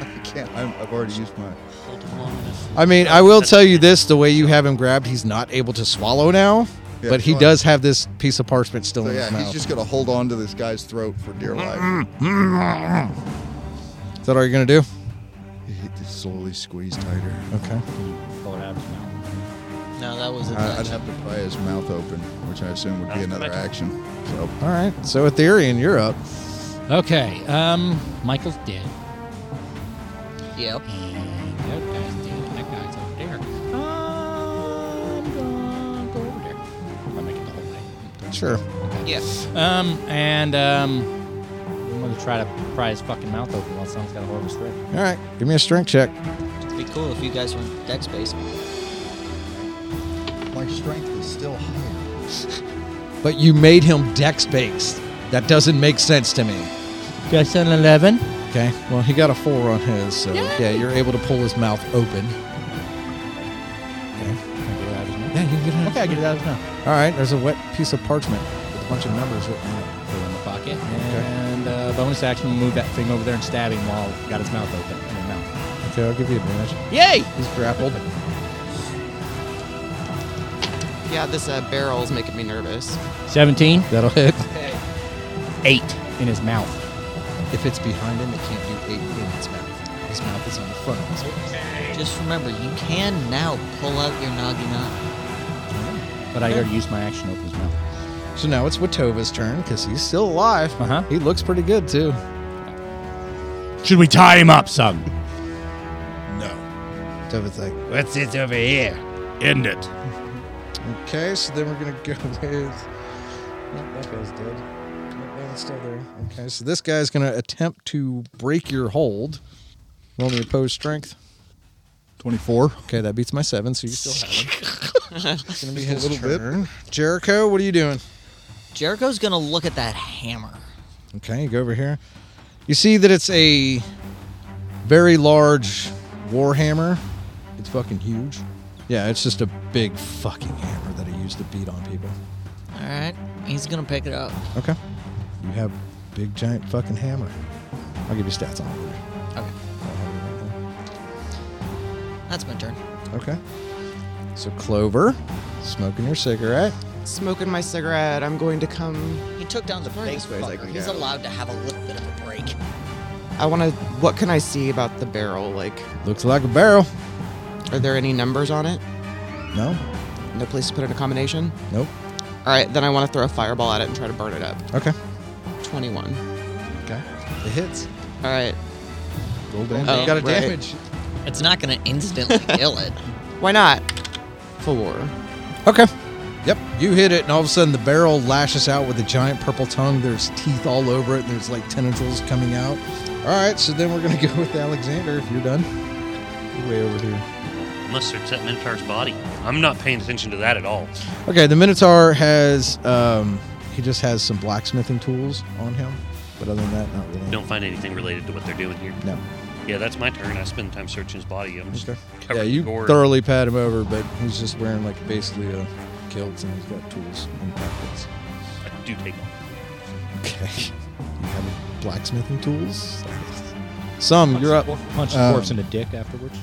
I can't. I'm, I've already used my. Hold him long enough. I mean, I will tell you this the way you have him grabbed, he's not able to swallow now, Yeah, but he go on. does have this piece of parchment still So in yeah, his mouth. he's just going to hold on to this guy's throat for dear life. Is that all you're going to do? It just slowly squeeze tighter. Okay. Pull it out of his mouth. No, that was a I- I'd touch. have to pry his mouth open, which I assume would be another action. So All right. So, Ethereum, you're up. Okay. Um, Michael's dead. Yep. And the other guy's dead. That guy's over there. I'm gonna go over there. If I make it the whole way. Sure. Yeah. Um, and um, I'm gonna try to pry his fucking mouth open while someone's got a horrible threat. All right. Give me a strength check. It'd be cool if you guys went deck space. my strength is still high. But you made him dex based. That doesn't make sense to me. Just an eleven. Okay. Well, he got a four on his, so yeah, you're able to pull his mouth open. Yeah, you can get it. Okay, I get it out of his mouth. All right. There's a wet piece of parchment with a bunch of numbers written on it. Put it in the pocket. And uh, bonus action, we'll move that thing over there and stab him while he got his mouth open. In his mouth. Okay, I'll give you advantage. Yay! He's grappled. Yeah, this uh, barrel's making me nervous. Seventeen. That'll hit. Eight in his mouth. If it's behind him, it can't do eight in its mouth. His mouth is on the front of his Just remember, you can now pull out your Nagina. But I already used my action to open his mouth. So now it's Watova's turn because he's still alive. Uh-huh. He looks pretty good too. Should we tie him up, son? No. Watova's like, What's this over here? End it. okay, so then we're gonna go with. Nope, that guy's dead. Nope, that one's still there. Okay, so this guy's gonna attempt to break your hold. Roll me opposed strength. 24. Okay, that beats my seven, so you still have him. it's gonna be his little bit. turn. Jericho, what are you doing? Jericho's gonna look at that hammer. Okay, you go over here. You see that it's a very large warhammer. It's fucking huge. Yeah, it's just a big fucking hammer that I used to beat on people. All right, he's gonna pick it up. Okay. You have big giant fucking hammer. I'll give you stats on it. later. Okay, I don't have it right that's my turn. now. Okay. So Clover, smoking your cigarette. Smoking my cigarette. I'm going to come. He took down the big way as I fucker. can He's go. allowed to have a little bit of a break. I want to. What can I see about the barrel? Like, Looks like a barrel. are there any numbers on it? No. No place to put in a combination? Nope. All right, then I want to throw a fireball at it and try to burn it up. Okay. 21. Okay. It hits. All right. Roll damage. Oh, you got a right. damage. It's not gonna instantly kill it. Why not? Four. Okay. Yep. You hit it, and all of a sudden the barrel lashes out with a giant purple tongue. There's teeth all over it, and there's like tentacles coming out. All right, so then we're going to go with Alexander if you're done. You're way over here. Must search that Minotaur's body. I'm not paying attention to that at all. Okay, the Minotaur has, um, he just has some blacksmithing tools on him, but other than that, not really. Don't find anything related to what they're doing here. No. Yeah, that's my turn. I spend time searching his body. I'm just Okay. covered Yeah, in you gore. thoroughly pat him over, but he's just wearing like basically a kilt and he's got tools and pockets. I do take off. Okay. You have blacksmithing tools? Some, you're up. Punch the Um, corpse in the dick afterwards.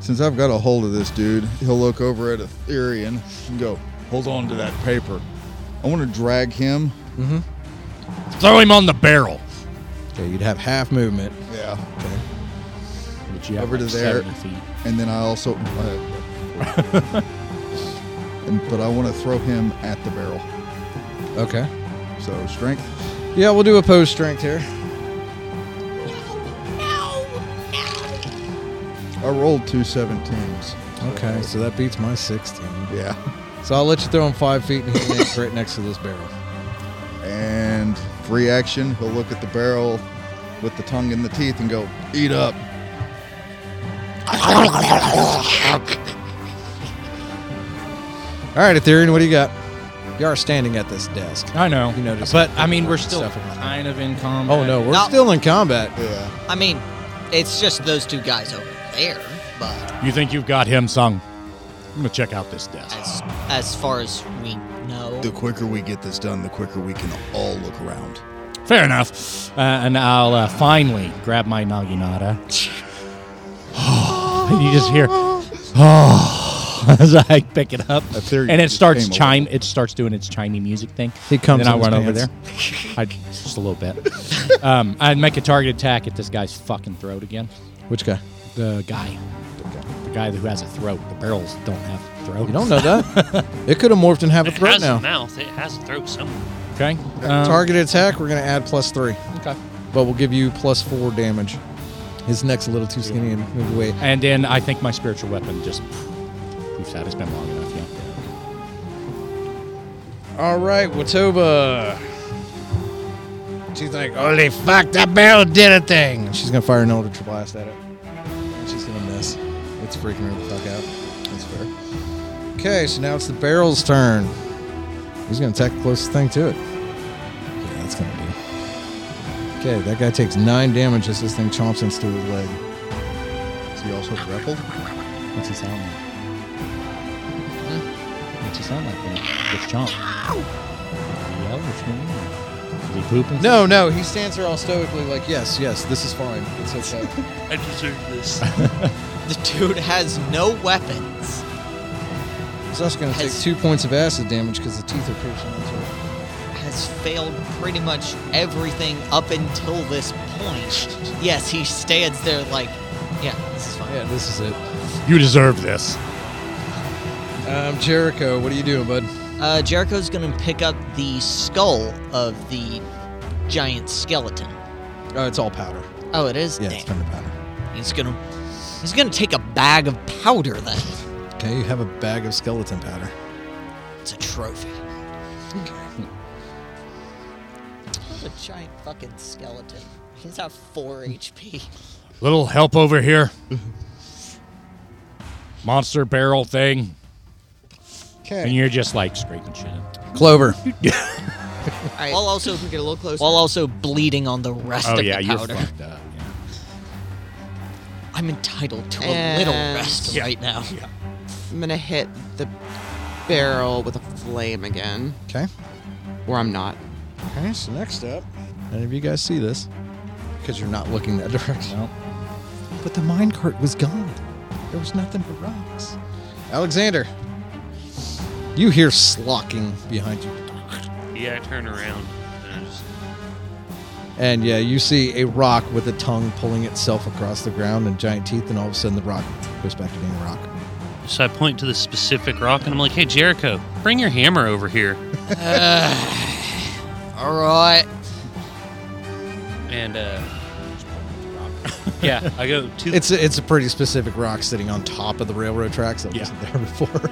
Since I've got a hold of this dude, he'll look over at Etherian and go, hold on to that paper. I want to drag him. Throw him on the barrel. Okay, you'd have half movement. Yeah. Okay. But you have Over to like there. 70 feet. And then I also. Uh, and, but I want to throw him at the barrel. Okay. So strength. Yeah, we'll do opposed strength here. I rolled two 17s. Okay, so that beats my 16. Yeah. So I'll let you throw him five feet and he'll land right next to this barrel. And free action, he'll look at the barrel with the tongue in the teeth and go, eat up. All right, Ethereum, what do you got? You are standing at this desk. I know. You noticed But I mean, we're still stuff about that. kind of in combat. Oh no, we're No. still in combat. Yeah. I mean, it's just those two guys over there, eh? but You think you've got him, Sung? I'm gonna check out this desk. as as far as we know, The quicker we get this done, the quicker we can all look around. Fair enough. Uh, and I'll uh, finally grab my naginata. and you just hear, oh, as I pick it up, I figured and you it just starts came over. chime. It starts doing its chimey music thing. He comes And then I in run over his there. pants. I just a little bit. um, I'd make a target attack at this guy's fucking throat again. Which guy? The guy, the guy who has a throat. The barrels don't have throat. You don't know that. it could have morphed and have a It throat has a now. mouth. It has a throat somewhere. Okay. Um, Targeted attack, we're going to add plus three, Okay. but we'll give you plus four damage. His neck's a little too skinny and moved away. And then I think my spiritual weapon just proofs out. It's been long enough. Yeah. All right, Watoba. She's like, holy fuck, that barrel did a thing. She's gonna fire an Eldritch Blast at it. And she's gonna miss. It's freaking her the fuck out. That's fair. Okay, so now it's the barrel's turn. He's gonna attack the closest thing to it. Yeah, that's gonna do. Okay, that guy takes nine damage as this thing chomps into his leg. Is he also grappled? What's he sound like? What's he sound like when he gets chomped? Yell or scream? Is he pooping? No, no, he stands there all stoically, like, yes, yes, this is fine. It's okay. I deserve this. the dude has no weapons. He's also gonna take Has- two points of acid damage because the teeth are piercing into it. Has has failed pretty much everything up until this point, yes, he stands there like, yeah, this is fine. Yeah, this is it. You deserve this. Um, Jericho, what are you doing, bud? Uh, Jericho's going to pick up the skull of the giant skeleton. Oh, it's all powder. Oh, it is. Yeah, Damn. it's turned to powder. He's gonna he's gonna take a bag of powder then. Okay, you have a bag of skeleton powder. It's a trophy. It's a giant fucking skeleton. He's at four HP. Little help over here. Monster barrel thing. And Okay. you're just like scraping shit. up. Clover. While also Get a little closer. while also bleeding on the rest Oh of yeah, the you're powder. fucked up. Yeah. I'm entitled to a And- little rest Yeah. right now. I'm gonna hit the barrel with a flame again, Okay. or I'm not. Okay, so next up, none of you guys see this because you're not looking that direction. But the minecart was gone. There was nothing but rocks. Alexander, you hear slocking behind you. Yeah, I turn around and I just And yeah, you see a rock with a tongue pulling itself across the ground and giant teeth, and all of a sudden the rock goes back to being a rock. So I point to this specific rock and I'm like, hey, Jericho, bring your hammer over here. All right. And, uh, yeah, I go to. It's a, it's a pretty specific rock sitting on top of the railroad tracks that Yeah. wasn't there before.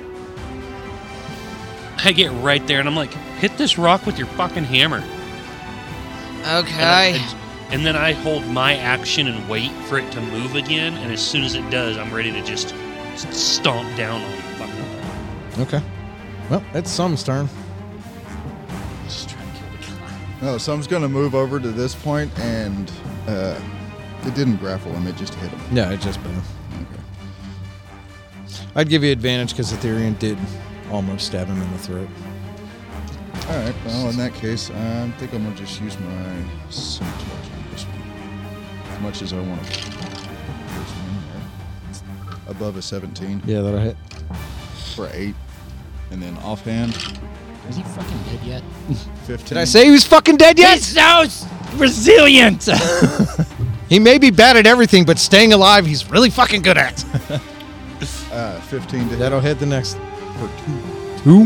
I get right there and I'm like, hit this rock with your fucking hammer. And, I- Okay. and- and then I hold my action and wait for it to move again. And as soon as it does, I'm ready to just s- stomp down on the fucking thing. okay. Well, that's some turn. Just trying to kill the guy. No, some's gonna move over to this point, and uh, it didn't grapple him; it just hit him. No, it just been. Okay. I'd give you advantage because Ethereum did almost stab him in the throat. All right. Well, in that case, I think I'm gonna just use my scimitar on this one, as much as I want to. Above a 17 Yeah, that'll hit. for eight, and then offhand Is he fucking dead yet? 15. Did I say he was fucking dead yet? sounds. Resilient. He may be bad at everything, but staying alive, he's really fucking good at. uh, 15 to hit That'll hit the next. for two?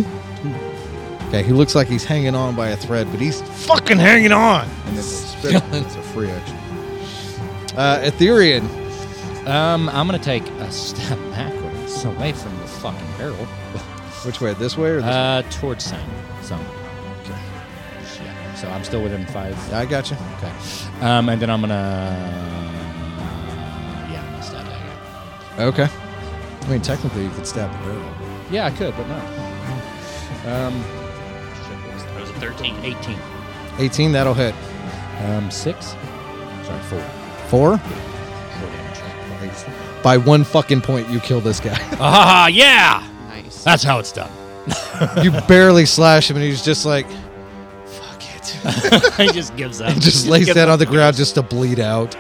Who? Okay, he looks like he's hanging on by a thread, but he's fucking hanging on. And then spit. It's a free action. Uh, Ethereum. Um, I'm gonna take a step backwards away from the fucking barrel, Which way? This way or this way? uh, towards sign. So, yeah. So I'm still within five. uh, I got you. Okay. Um, and then I'm gonna, yeah, I'm gonna stab that Okay. I mean, technically, you could stab the barrel. guy. Yeah, I could, but no. Um, That was a 13, 18. 18, that'll hit. um, six. Sorry, four. Four? Four damage. By one fucking point, you kill this guy. Ah, yeah. Nice. That's how it's done. you barely slash him, and he's just like, fuck it. he just gives up. just lays that on the ground just to bleed out.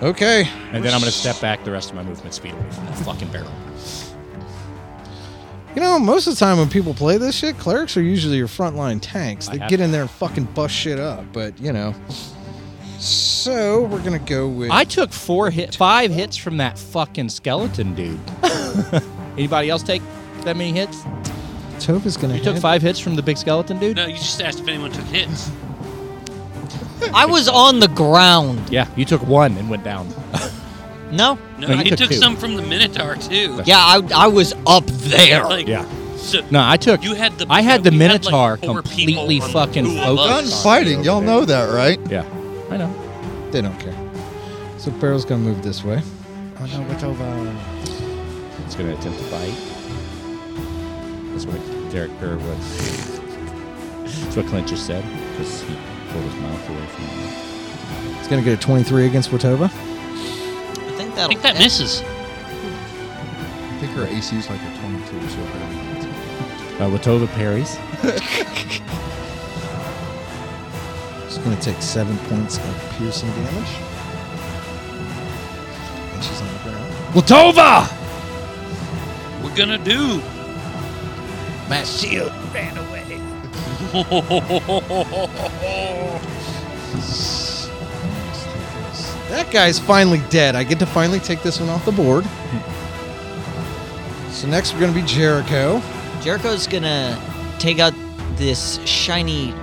Okay. And then I'm gonna step back the rest of my movement speed away from that fucking barrel. You know, most of the time when people play this shit, clerics are usually your frontline tanks. They I have- get in there and fucking bust shit up, but you know. So we're gonna go with I took four hit, five hits from that fucking skeleton dude. Anybody else take that many hits? Tova's gonna You took hit. five hits from the big skeleton dude. No, you just asked if anyone took hits. I was on the ground. Yeah, you took one and went down. No. No, No, you you took took, two. some from the Minotaur, too. Yeah, I, I was up there. Like, Yeah. So, No, I took. You had the- I had the we had, like, Minotaur four completely people on fucking the blue focused. bus. Fighting, y'all know that, right? Yeah, I know. They don't care. So Barrel's gonna move this way. I know what's over. It's gonna attempt to bite. That's what Derek Kerr was. That's what Clint just said because he pulled his mouth away from me. It's gonna get a 23 against Watova. I think I that'll. think that misses. I think her AC is like a 22, so I Uh, Watova parries. She's gonna take seven points of piercing damage. And she's on the ground. Watova! We're gonna do. My shield. That guy's finally dead. I get to finally take this one off the board. So next we're gonna be Jericho. Jericho's gonna take out this shiny,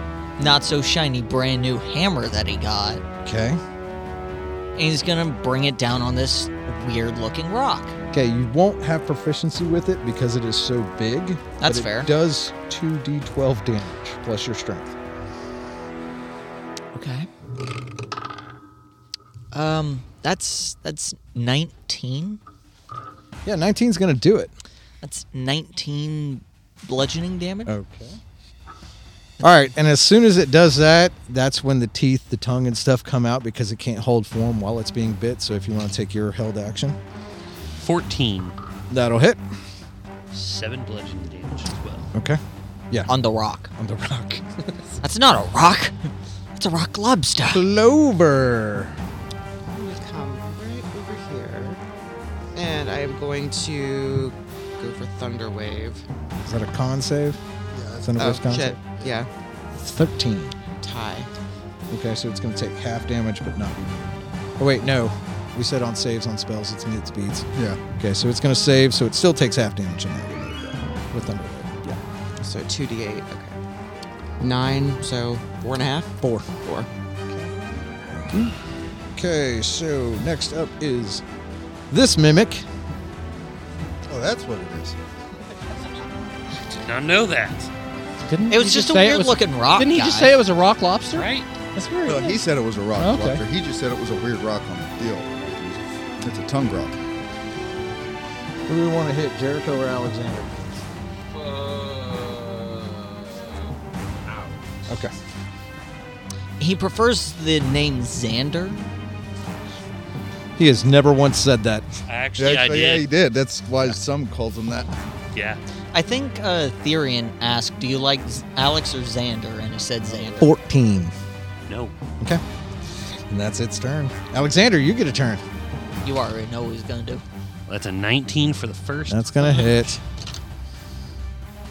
not so shiny, brand new hammer that he got, Okay. and he's gonna bring it down on this weird looking rock. Okay, you won't have proficiency with it because it is so big. but That's it fair. does two d twelve damage plus your strength. Okay. Um, that's that's 19. Yeah, 19's gonna do it. That's 19 bludgeoning damage. Uh, Okay. All right, and as soon as it does that, that's when the teeth, the tongue, and stuff come out because it can't hold form while it's being bit. So if you want to take your held action, 14. that'll hit. Seven bludgeoning damage as well. Okay. Yeah. On the rock. on the rock. That's not a rock. That's a rock lobster. Clover. I'm gonna come right over here, and I am going to go for Thunder Wave. Is that a con save? Yeah. Is that a Oh worst con shit! save? Yeah, Thirteen. tie. Okay, so it's going to take half damage, but not be. Burned. Oh wait, no. We said on saves on spells, it's needs beats. Yeah. Okay, so it's going to save, so it still takes half damage and not be burned with thunder. wave. Yeah. So two d eight. Okay. Nine. So four and a half. Four. Four. Okay, so next up is this mimic. Oh, that's what it is. Did not know that. Didn't It was you just a say it weird was- looking rock. Didn't he just guy. say it was a rock lobster? Right? That's weird. No, he said it was a rock Oh, okay. lobster. He just said it was a weird rock on the deal. It's a tongue rock. Who do we want to hit, Jericho or Alexander? Okay. He prefers the name Xander. He has never once said that. Actually, I yeah, he did. did. That's why some calls him that. Yeah. I think uh, Therian asked, "Do you like Z- Alex or Xander?" And he said Xander. 14. No. Okay. And that's its turn. Alexander, you get a turn. You already know what he's gonna do. That's a 19 for the first. That's going to hit.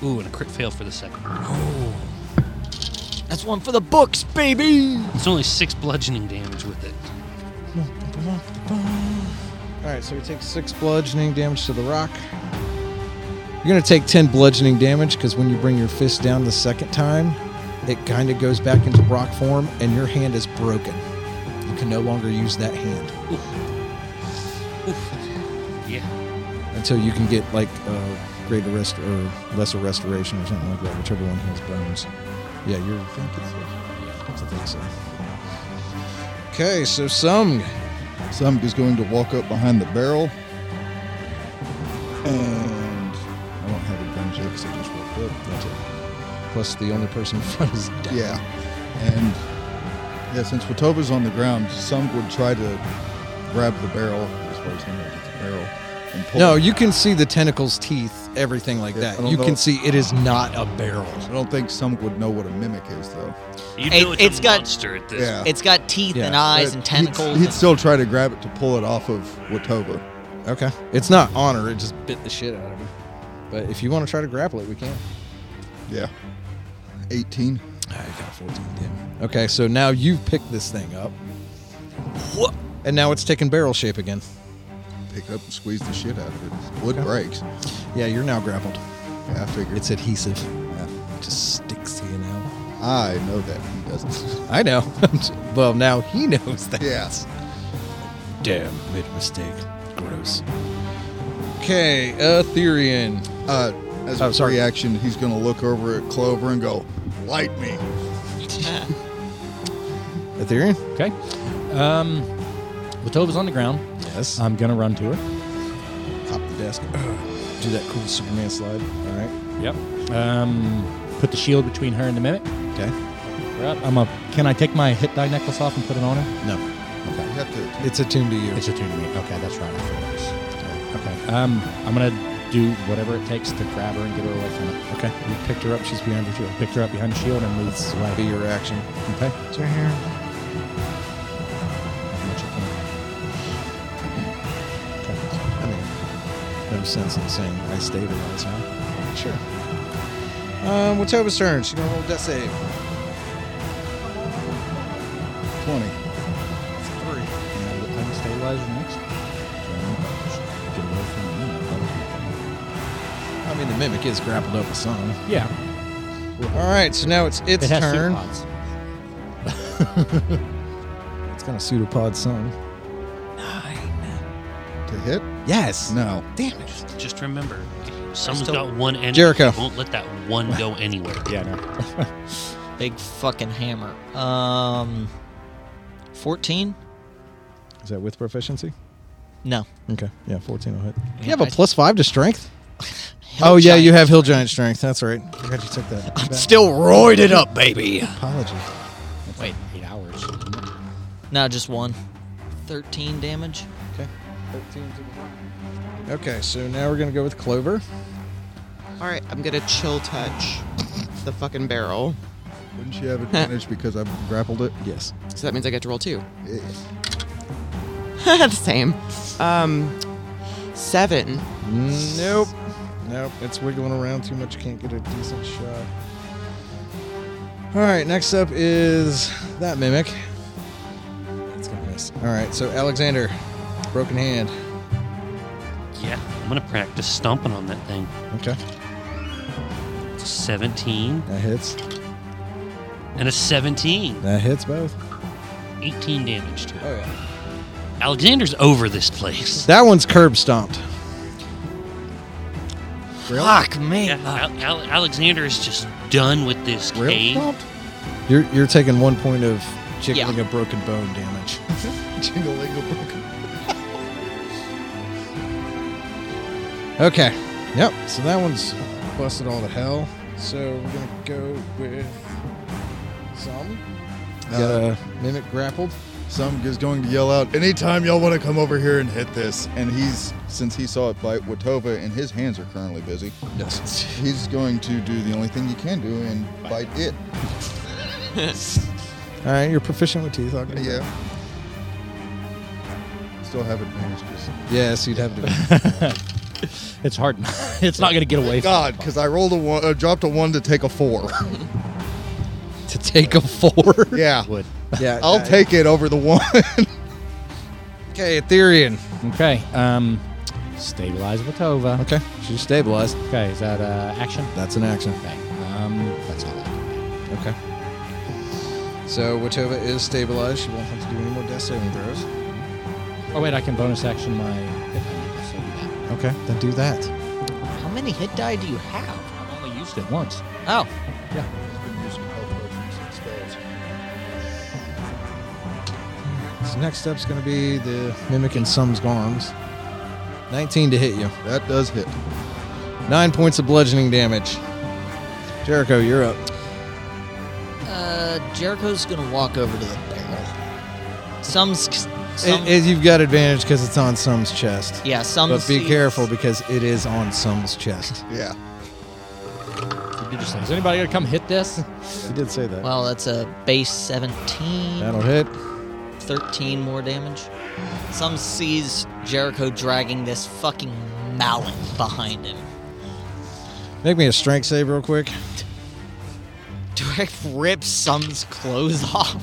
Ooh, and a crit fail for the second. That's one for the books, baby. It's only six bludgeoning damage with it. All right, so we take six bludgeoning damage to the rock. You're going to take 10 bludgeoning damage because when you bring your fist down the second time, it kind of goes back into rock form and your hand is broken. You can no longer use that hand Yeah. until you can get like a greater rest or lesser restoration or something like that, whichever one heals bones. Yeah, you're. I think it's- yeah, I think so. Okay, so some. Some is going to walk up behind the barrel. And I don't have advantage because I just walked up. That's it. Plus, the only person in front is dead. Yeah. And yeah, since Watoba's on the ground, some would try to grab the barrel. That's why he's going to get the barrel. And pull No, it. you can see the tentacles, teeth, everything like Yeah, I that. don't You know. can see it is not a barrel. I don't think some would know what a mimic is, though. You It- know it's, it's a got- monster at this. Uh, Yeah. It's got teeth Yeah. and eyes But and he'd- tentacles. He'd, and- still try to grab it to pull it off of Watoba. Okay. It's not honor, it just bit the shit out of him. But if you want to try to grapple it, we can. Yeah. 18. I got 14, damn. Okay, so now you've picked this thing up. And now it's taking barrel shape again. Pick up and squeeze the shit out of it. Wood breaks. Yeah, you're now grappled. Yeah, I figured. It's adhesive. Yeah. It just sticks to you now. I know that he doesn't. I know. well, now he knows that. Yes. Damn, made a mistake. Gross. Okay, Aetherian. Uh, as Oh, a sorry. reaction, he's going to look over at Clover and go, "Light me." Eh. Aetherian? Okay. Um, Latova's on the ground. Yes. I'm gonna run to her. Pop the desk. Do that cool Superman slide. All right. Yep. Um, put the shield between her and the mimic. Okay. We're up. I'm a. Can I take my hit die necklace off and put it on her? No. You have to. It's attuned to you. It's attuned to me. Okay, that's right. I thought it was. Okay. Um, I'm gonna do whatever it takes to grab her and get her away from it. okay. You picked her up. She's behind the shield. Picked her up behind the shield and moves away. Be your action. Okay. It's right here. As much as I can. I mean, no sense in saying I stabilize, huh? Sure. Um, Watoba's turn. She's gonna roll a death save. 20. And Three. I am stabilizer next. Join the bunch. Get away from me. I thought it was I mean, the mimic is grappled up with something. good. Yeah. All right, so now it's its it has turn. Two It's got a pseudopod son. To hit? Yes. No. Damn it. Just remember, someone's still- got one enemy. Jericho. Won't let that one go anywhere. yeah, no. Big fucking hammer. Um, fourteen? Is that with proficiency? No. Okay. Yeah, 14 will hit. You Yeah, have a I- plus five to strength? Hill oh, yeah, you giant. have hill giant strength. That's right. I forgot you took that. back. Still roided up, baby. Apology. Wait, Eight hours. no, just one. Thirteen damage. Okay. Okay, so now we're going to go with Clover. All right, I'm gonna chill touch the fucking barrel. Wouldn't she have advantage because I've grappled it? Yes. So that means I get to roll two. Yeah. the same. Um, seven. Nope. Nope. It's wiggling around too much. Can't get a decent shot. All right. Next up is that mimic. That's gonna miss. All right. So Alexander, broken hand. Yeah, I'm gonna practice stomping on that thing. Okay. It's a 17 That hits. and a 17, That hits both. 18 damage to it. Oh yeah. Alexander's over this place. That one's curb stomped. Fuck me. Yeah, Al- Al- Alexander is just done with this Real cave. stomped? You're you're taking one point of jiggling Yeah. a broken bone damage. Jingle-lingle broken. Okay. Yep. So that one's busted all to hell. So we're gonna go with some. Got Uh, a mimic grappled. Some is going to yell out, anytime y'all want to come over here and hit this. And he's, since he saw it bite Watova and his hands are currently busy, Yes. he's going to do the only thing you can do and bite it. All right, you're proficient with teeth. I'll give you that. Yeah. Still have advantages. Yes, you'd have to. It's hard. it's not going to get away. from God, because I rolled a one, uh, dropped a one to take a four. to take a four. yeah. wood. Yeah, I'll take it over the one. Okay, Ethereum. Okay. Um, stabilize Vatova. Okay, she's stabilized. Okay. Is that uh, action? That's an action. Okay. Um, that's all. I can Okay. So Watova is stabilized. She won't have to do any more death saving throws. do. Oh wait, I can bonus action my. if I need to, so do that. Okay, then do that. How many hit die do you have? I've only used it once. Oh, So next up's going to be the mimic in Sum's arms. 19 to hit you. that does hit. Nine points of bludgeoning damage. Jericho, you're up. uh, Jericho's gonna walk over to the barrel. Some's, some, It- it- you've got advantage because it's on Sum's chest. yeah, some. But be sees- careful because it is on Sum's chest. Yeah. You just say, is anybody gonna come hit this? He did say that. Well, that's a base 17. That'll hit. 13 more damage. Some sees Jericho dragging this fucking mallet behind him. Make me a strength save real quick. Direct rips Sum's clothes off.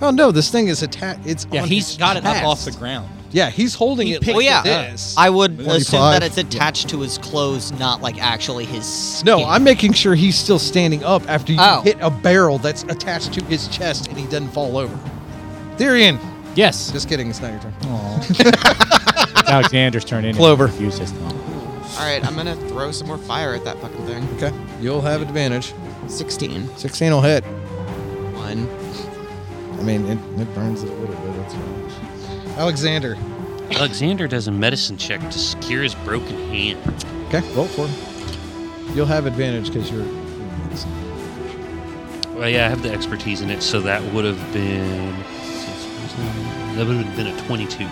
Oh no, this thing is attacked. It's Yeah, on he's his got it up chest. off the ground. Yeah, he's holding it. Oh like yeah, this. I would assume 95. that it's attached to his clothes, not like actually his. Skin. no, I'm making sure he's still standing up after you Oh. hit a barrel that's attached to his chest and he doesn't fall over. Therian. Yes. Just kidding. It's not your turn. It's Alexander's turn in. Clover. Use his thumb. All right, I'm gonna throw some more fire at that fucking thing. Okay. You'll have advantage. Sixteen. 16 will hit. One. I mean, it, it burns it a little bit. That's right. Alexander. Alexander does a medicine check to cure his broken hand. Okay. Roll for him. You'll have advantage because you're. Well, yeah, I have the expertise in it, so that would have been that would have been a 22.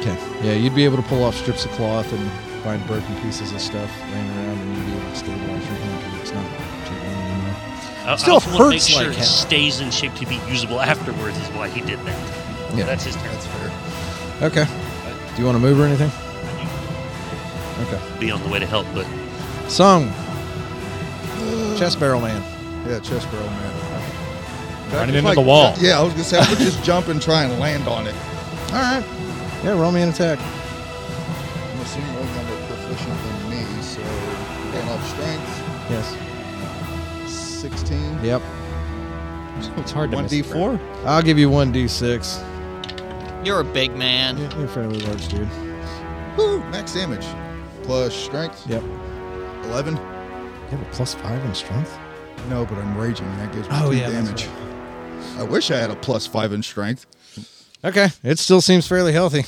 Okay. Yeah, you'd be able to pull off strips of cloth and find broken pieces of stuff laying around, and you'd be able to stabilize your hand 'cause it's not jiggling anymore. I, Still I also wanna hurts make sure like it hell. stays in shape to be usable afterwards. Is why he did that. Yeah. that's his turn. That's fair. Okay. Do you want to move or anything? Okay. Be on the way to help, but Song. Chest barrel man. Yeah, chest barrel man. Running into the wall. Yeah, I was gonna say I would just jump and try and land on it. All right. Yeah, roll me an attack. I'm assuming I'm more proficient than me, so and off strength, Yes. sixteen. Yep. It's hard to One miss D four. I'll give you one d6. You're a big man. Yeah, you're fairly large, dude. Woo! Max damage. Plus strength. Yep. Eleven. You have a plus five in strength. No, but I'm raging. That gives me Oh, two yeah, that's damage. I wish I had a plus five in strength. Okay, it still seems fairly healthy,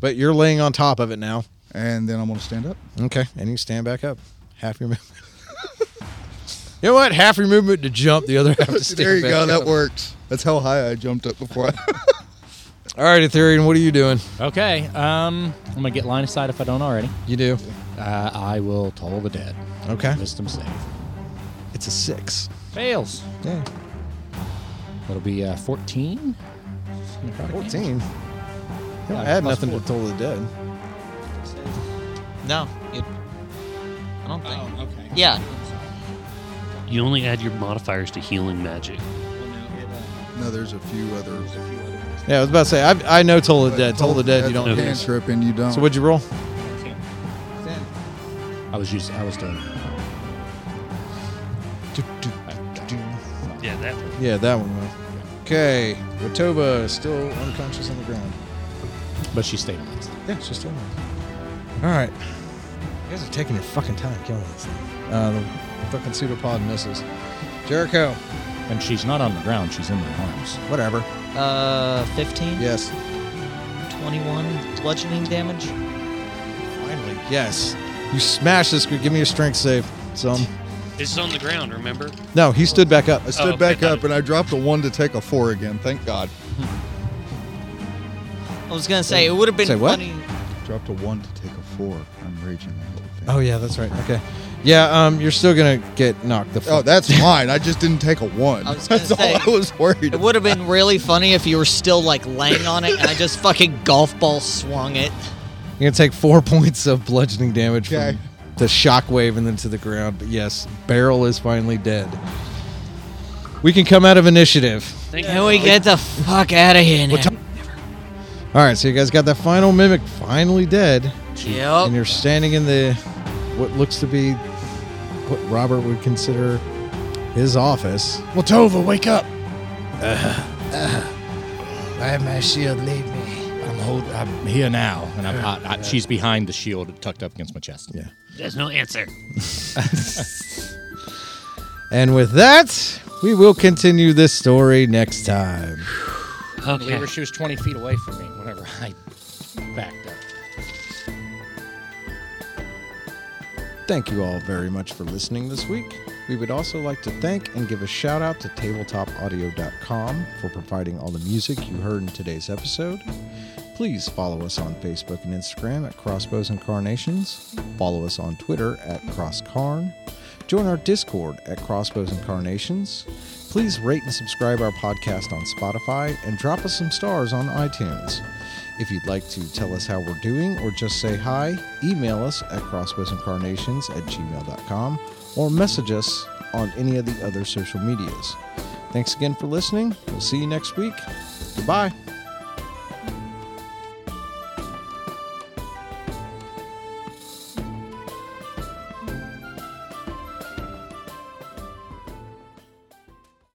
but you're laying on top of it now. And then I'm gonna stand up. Okay, and you stand back up. Half your movement. you know what? Half your movement to jump, the other half to stand there you back go. up. That works. That's how high I jumped up before. I- All right, Ethereum, what are you doing? Okay. Um, I'm gonna get line of sight if I don't already. You do. Uh, I will toll the dead. Okay. Wisdom save. It's a six. Fails. Yeah. It'll be uh, 14. 14. You don't Yeah, add plus nothing four. to Toll the Dead. No, you. I don't think. Oh, okay. Yeah, You only add your modifiers to healing magic. no, there's a few other. Yeah, I was about to say, I, I know Toll the Dead. Toll the Dead, you don't Okay. use. cantrip and you don't. So what'd you roll? I was using. I was doing. Yeah, that. Yeah, that one. Will. Okay, Watoba is still unconscious on the ground. But she stabilized. Yeah, it's just over. All right. You guys are taking your fucking time killing this thing. Uh, the fucking pseudopod misses. Jericho. And she's not on the ground. She's in my arms. Whatever. uh, 15, Yes. 21 bludgeoning damage. Finally. Yes. You smash this. Give me your strength save. Some. This is on the ground, remember? No, he stood back up. I stood Oh, okay, back got up it. and I dropped a one to take a four again. Thank God. I was gonna say it would have been Say what? funny. Dropped a one to take a four. I'm raging that whole thing. Oh yeah, that's right. Okay. Yeah. Um. You're still gonna get knocked the. Oh, that's fine. I just didn't take a one. I was gonna That's say- all I was worried. It would have been really funny if you were still like laying on it and I just fucking golf ball swung it. You're gonna take four points of bludgeoning damage Okay. from the shockwave and then to the ground. But yes, Barrel is finally dead. We can come out of initiative. Thank Can we get the fuck out of here now? All right, so you guys got that final mimic finally dead, Oh. Yep. and you're standing in the what looks to be what Robert would consider his office. Watova, wake up! I have my shield, lead me. I'm hold. I'm here now, and I'm hot. I, she's behind the shield, tucked up against my chest. Yeah. There's no answer. And with that, we will continue this story next time. I believe Okay. her. She was 20 feet away from me whenever I backed up. Thank you all very much for listening this week. We would also like to thank and give a shout out to tabletopaudio.com for providing all the music you heard in today's episode. Please follow us on Facebook and Instagram at Crossbows and Carnations. Follow us on Twitter at CrossCarn. Join our Discord at Crossbows and Carnations. Please rate and subscribe our podcast on Spotify and drop us some stars on iTunes. If you'd like to tell us how we're doing or just say hi, email us at crossbowsincarnations at gmail.com or message us on any of the other social medias. Thanks again for listening. We'll see you next week. Goodbye.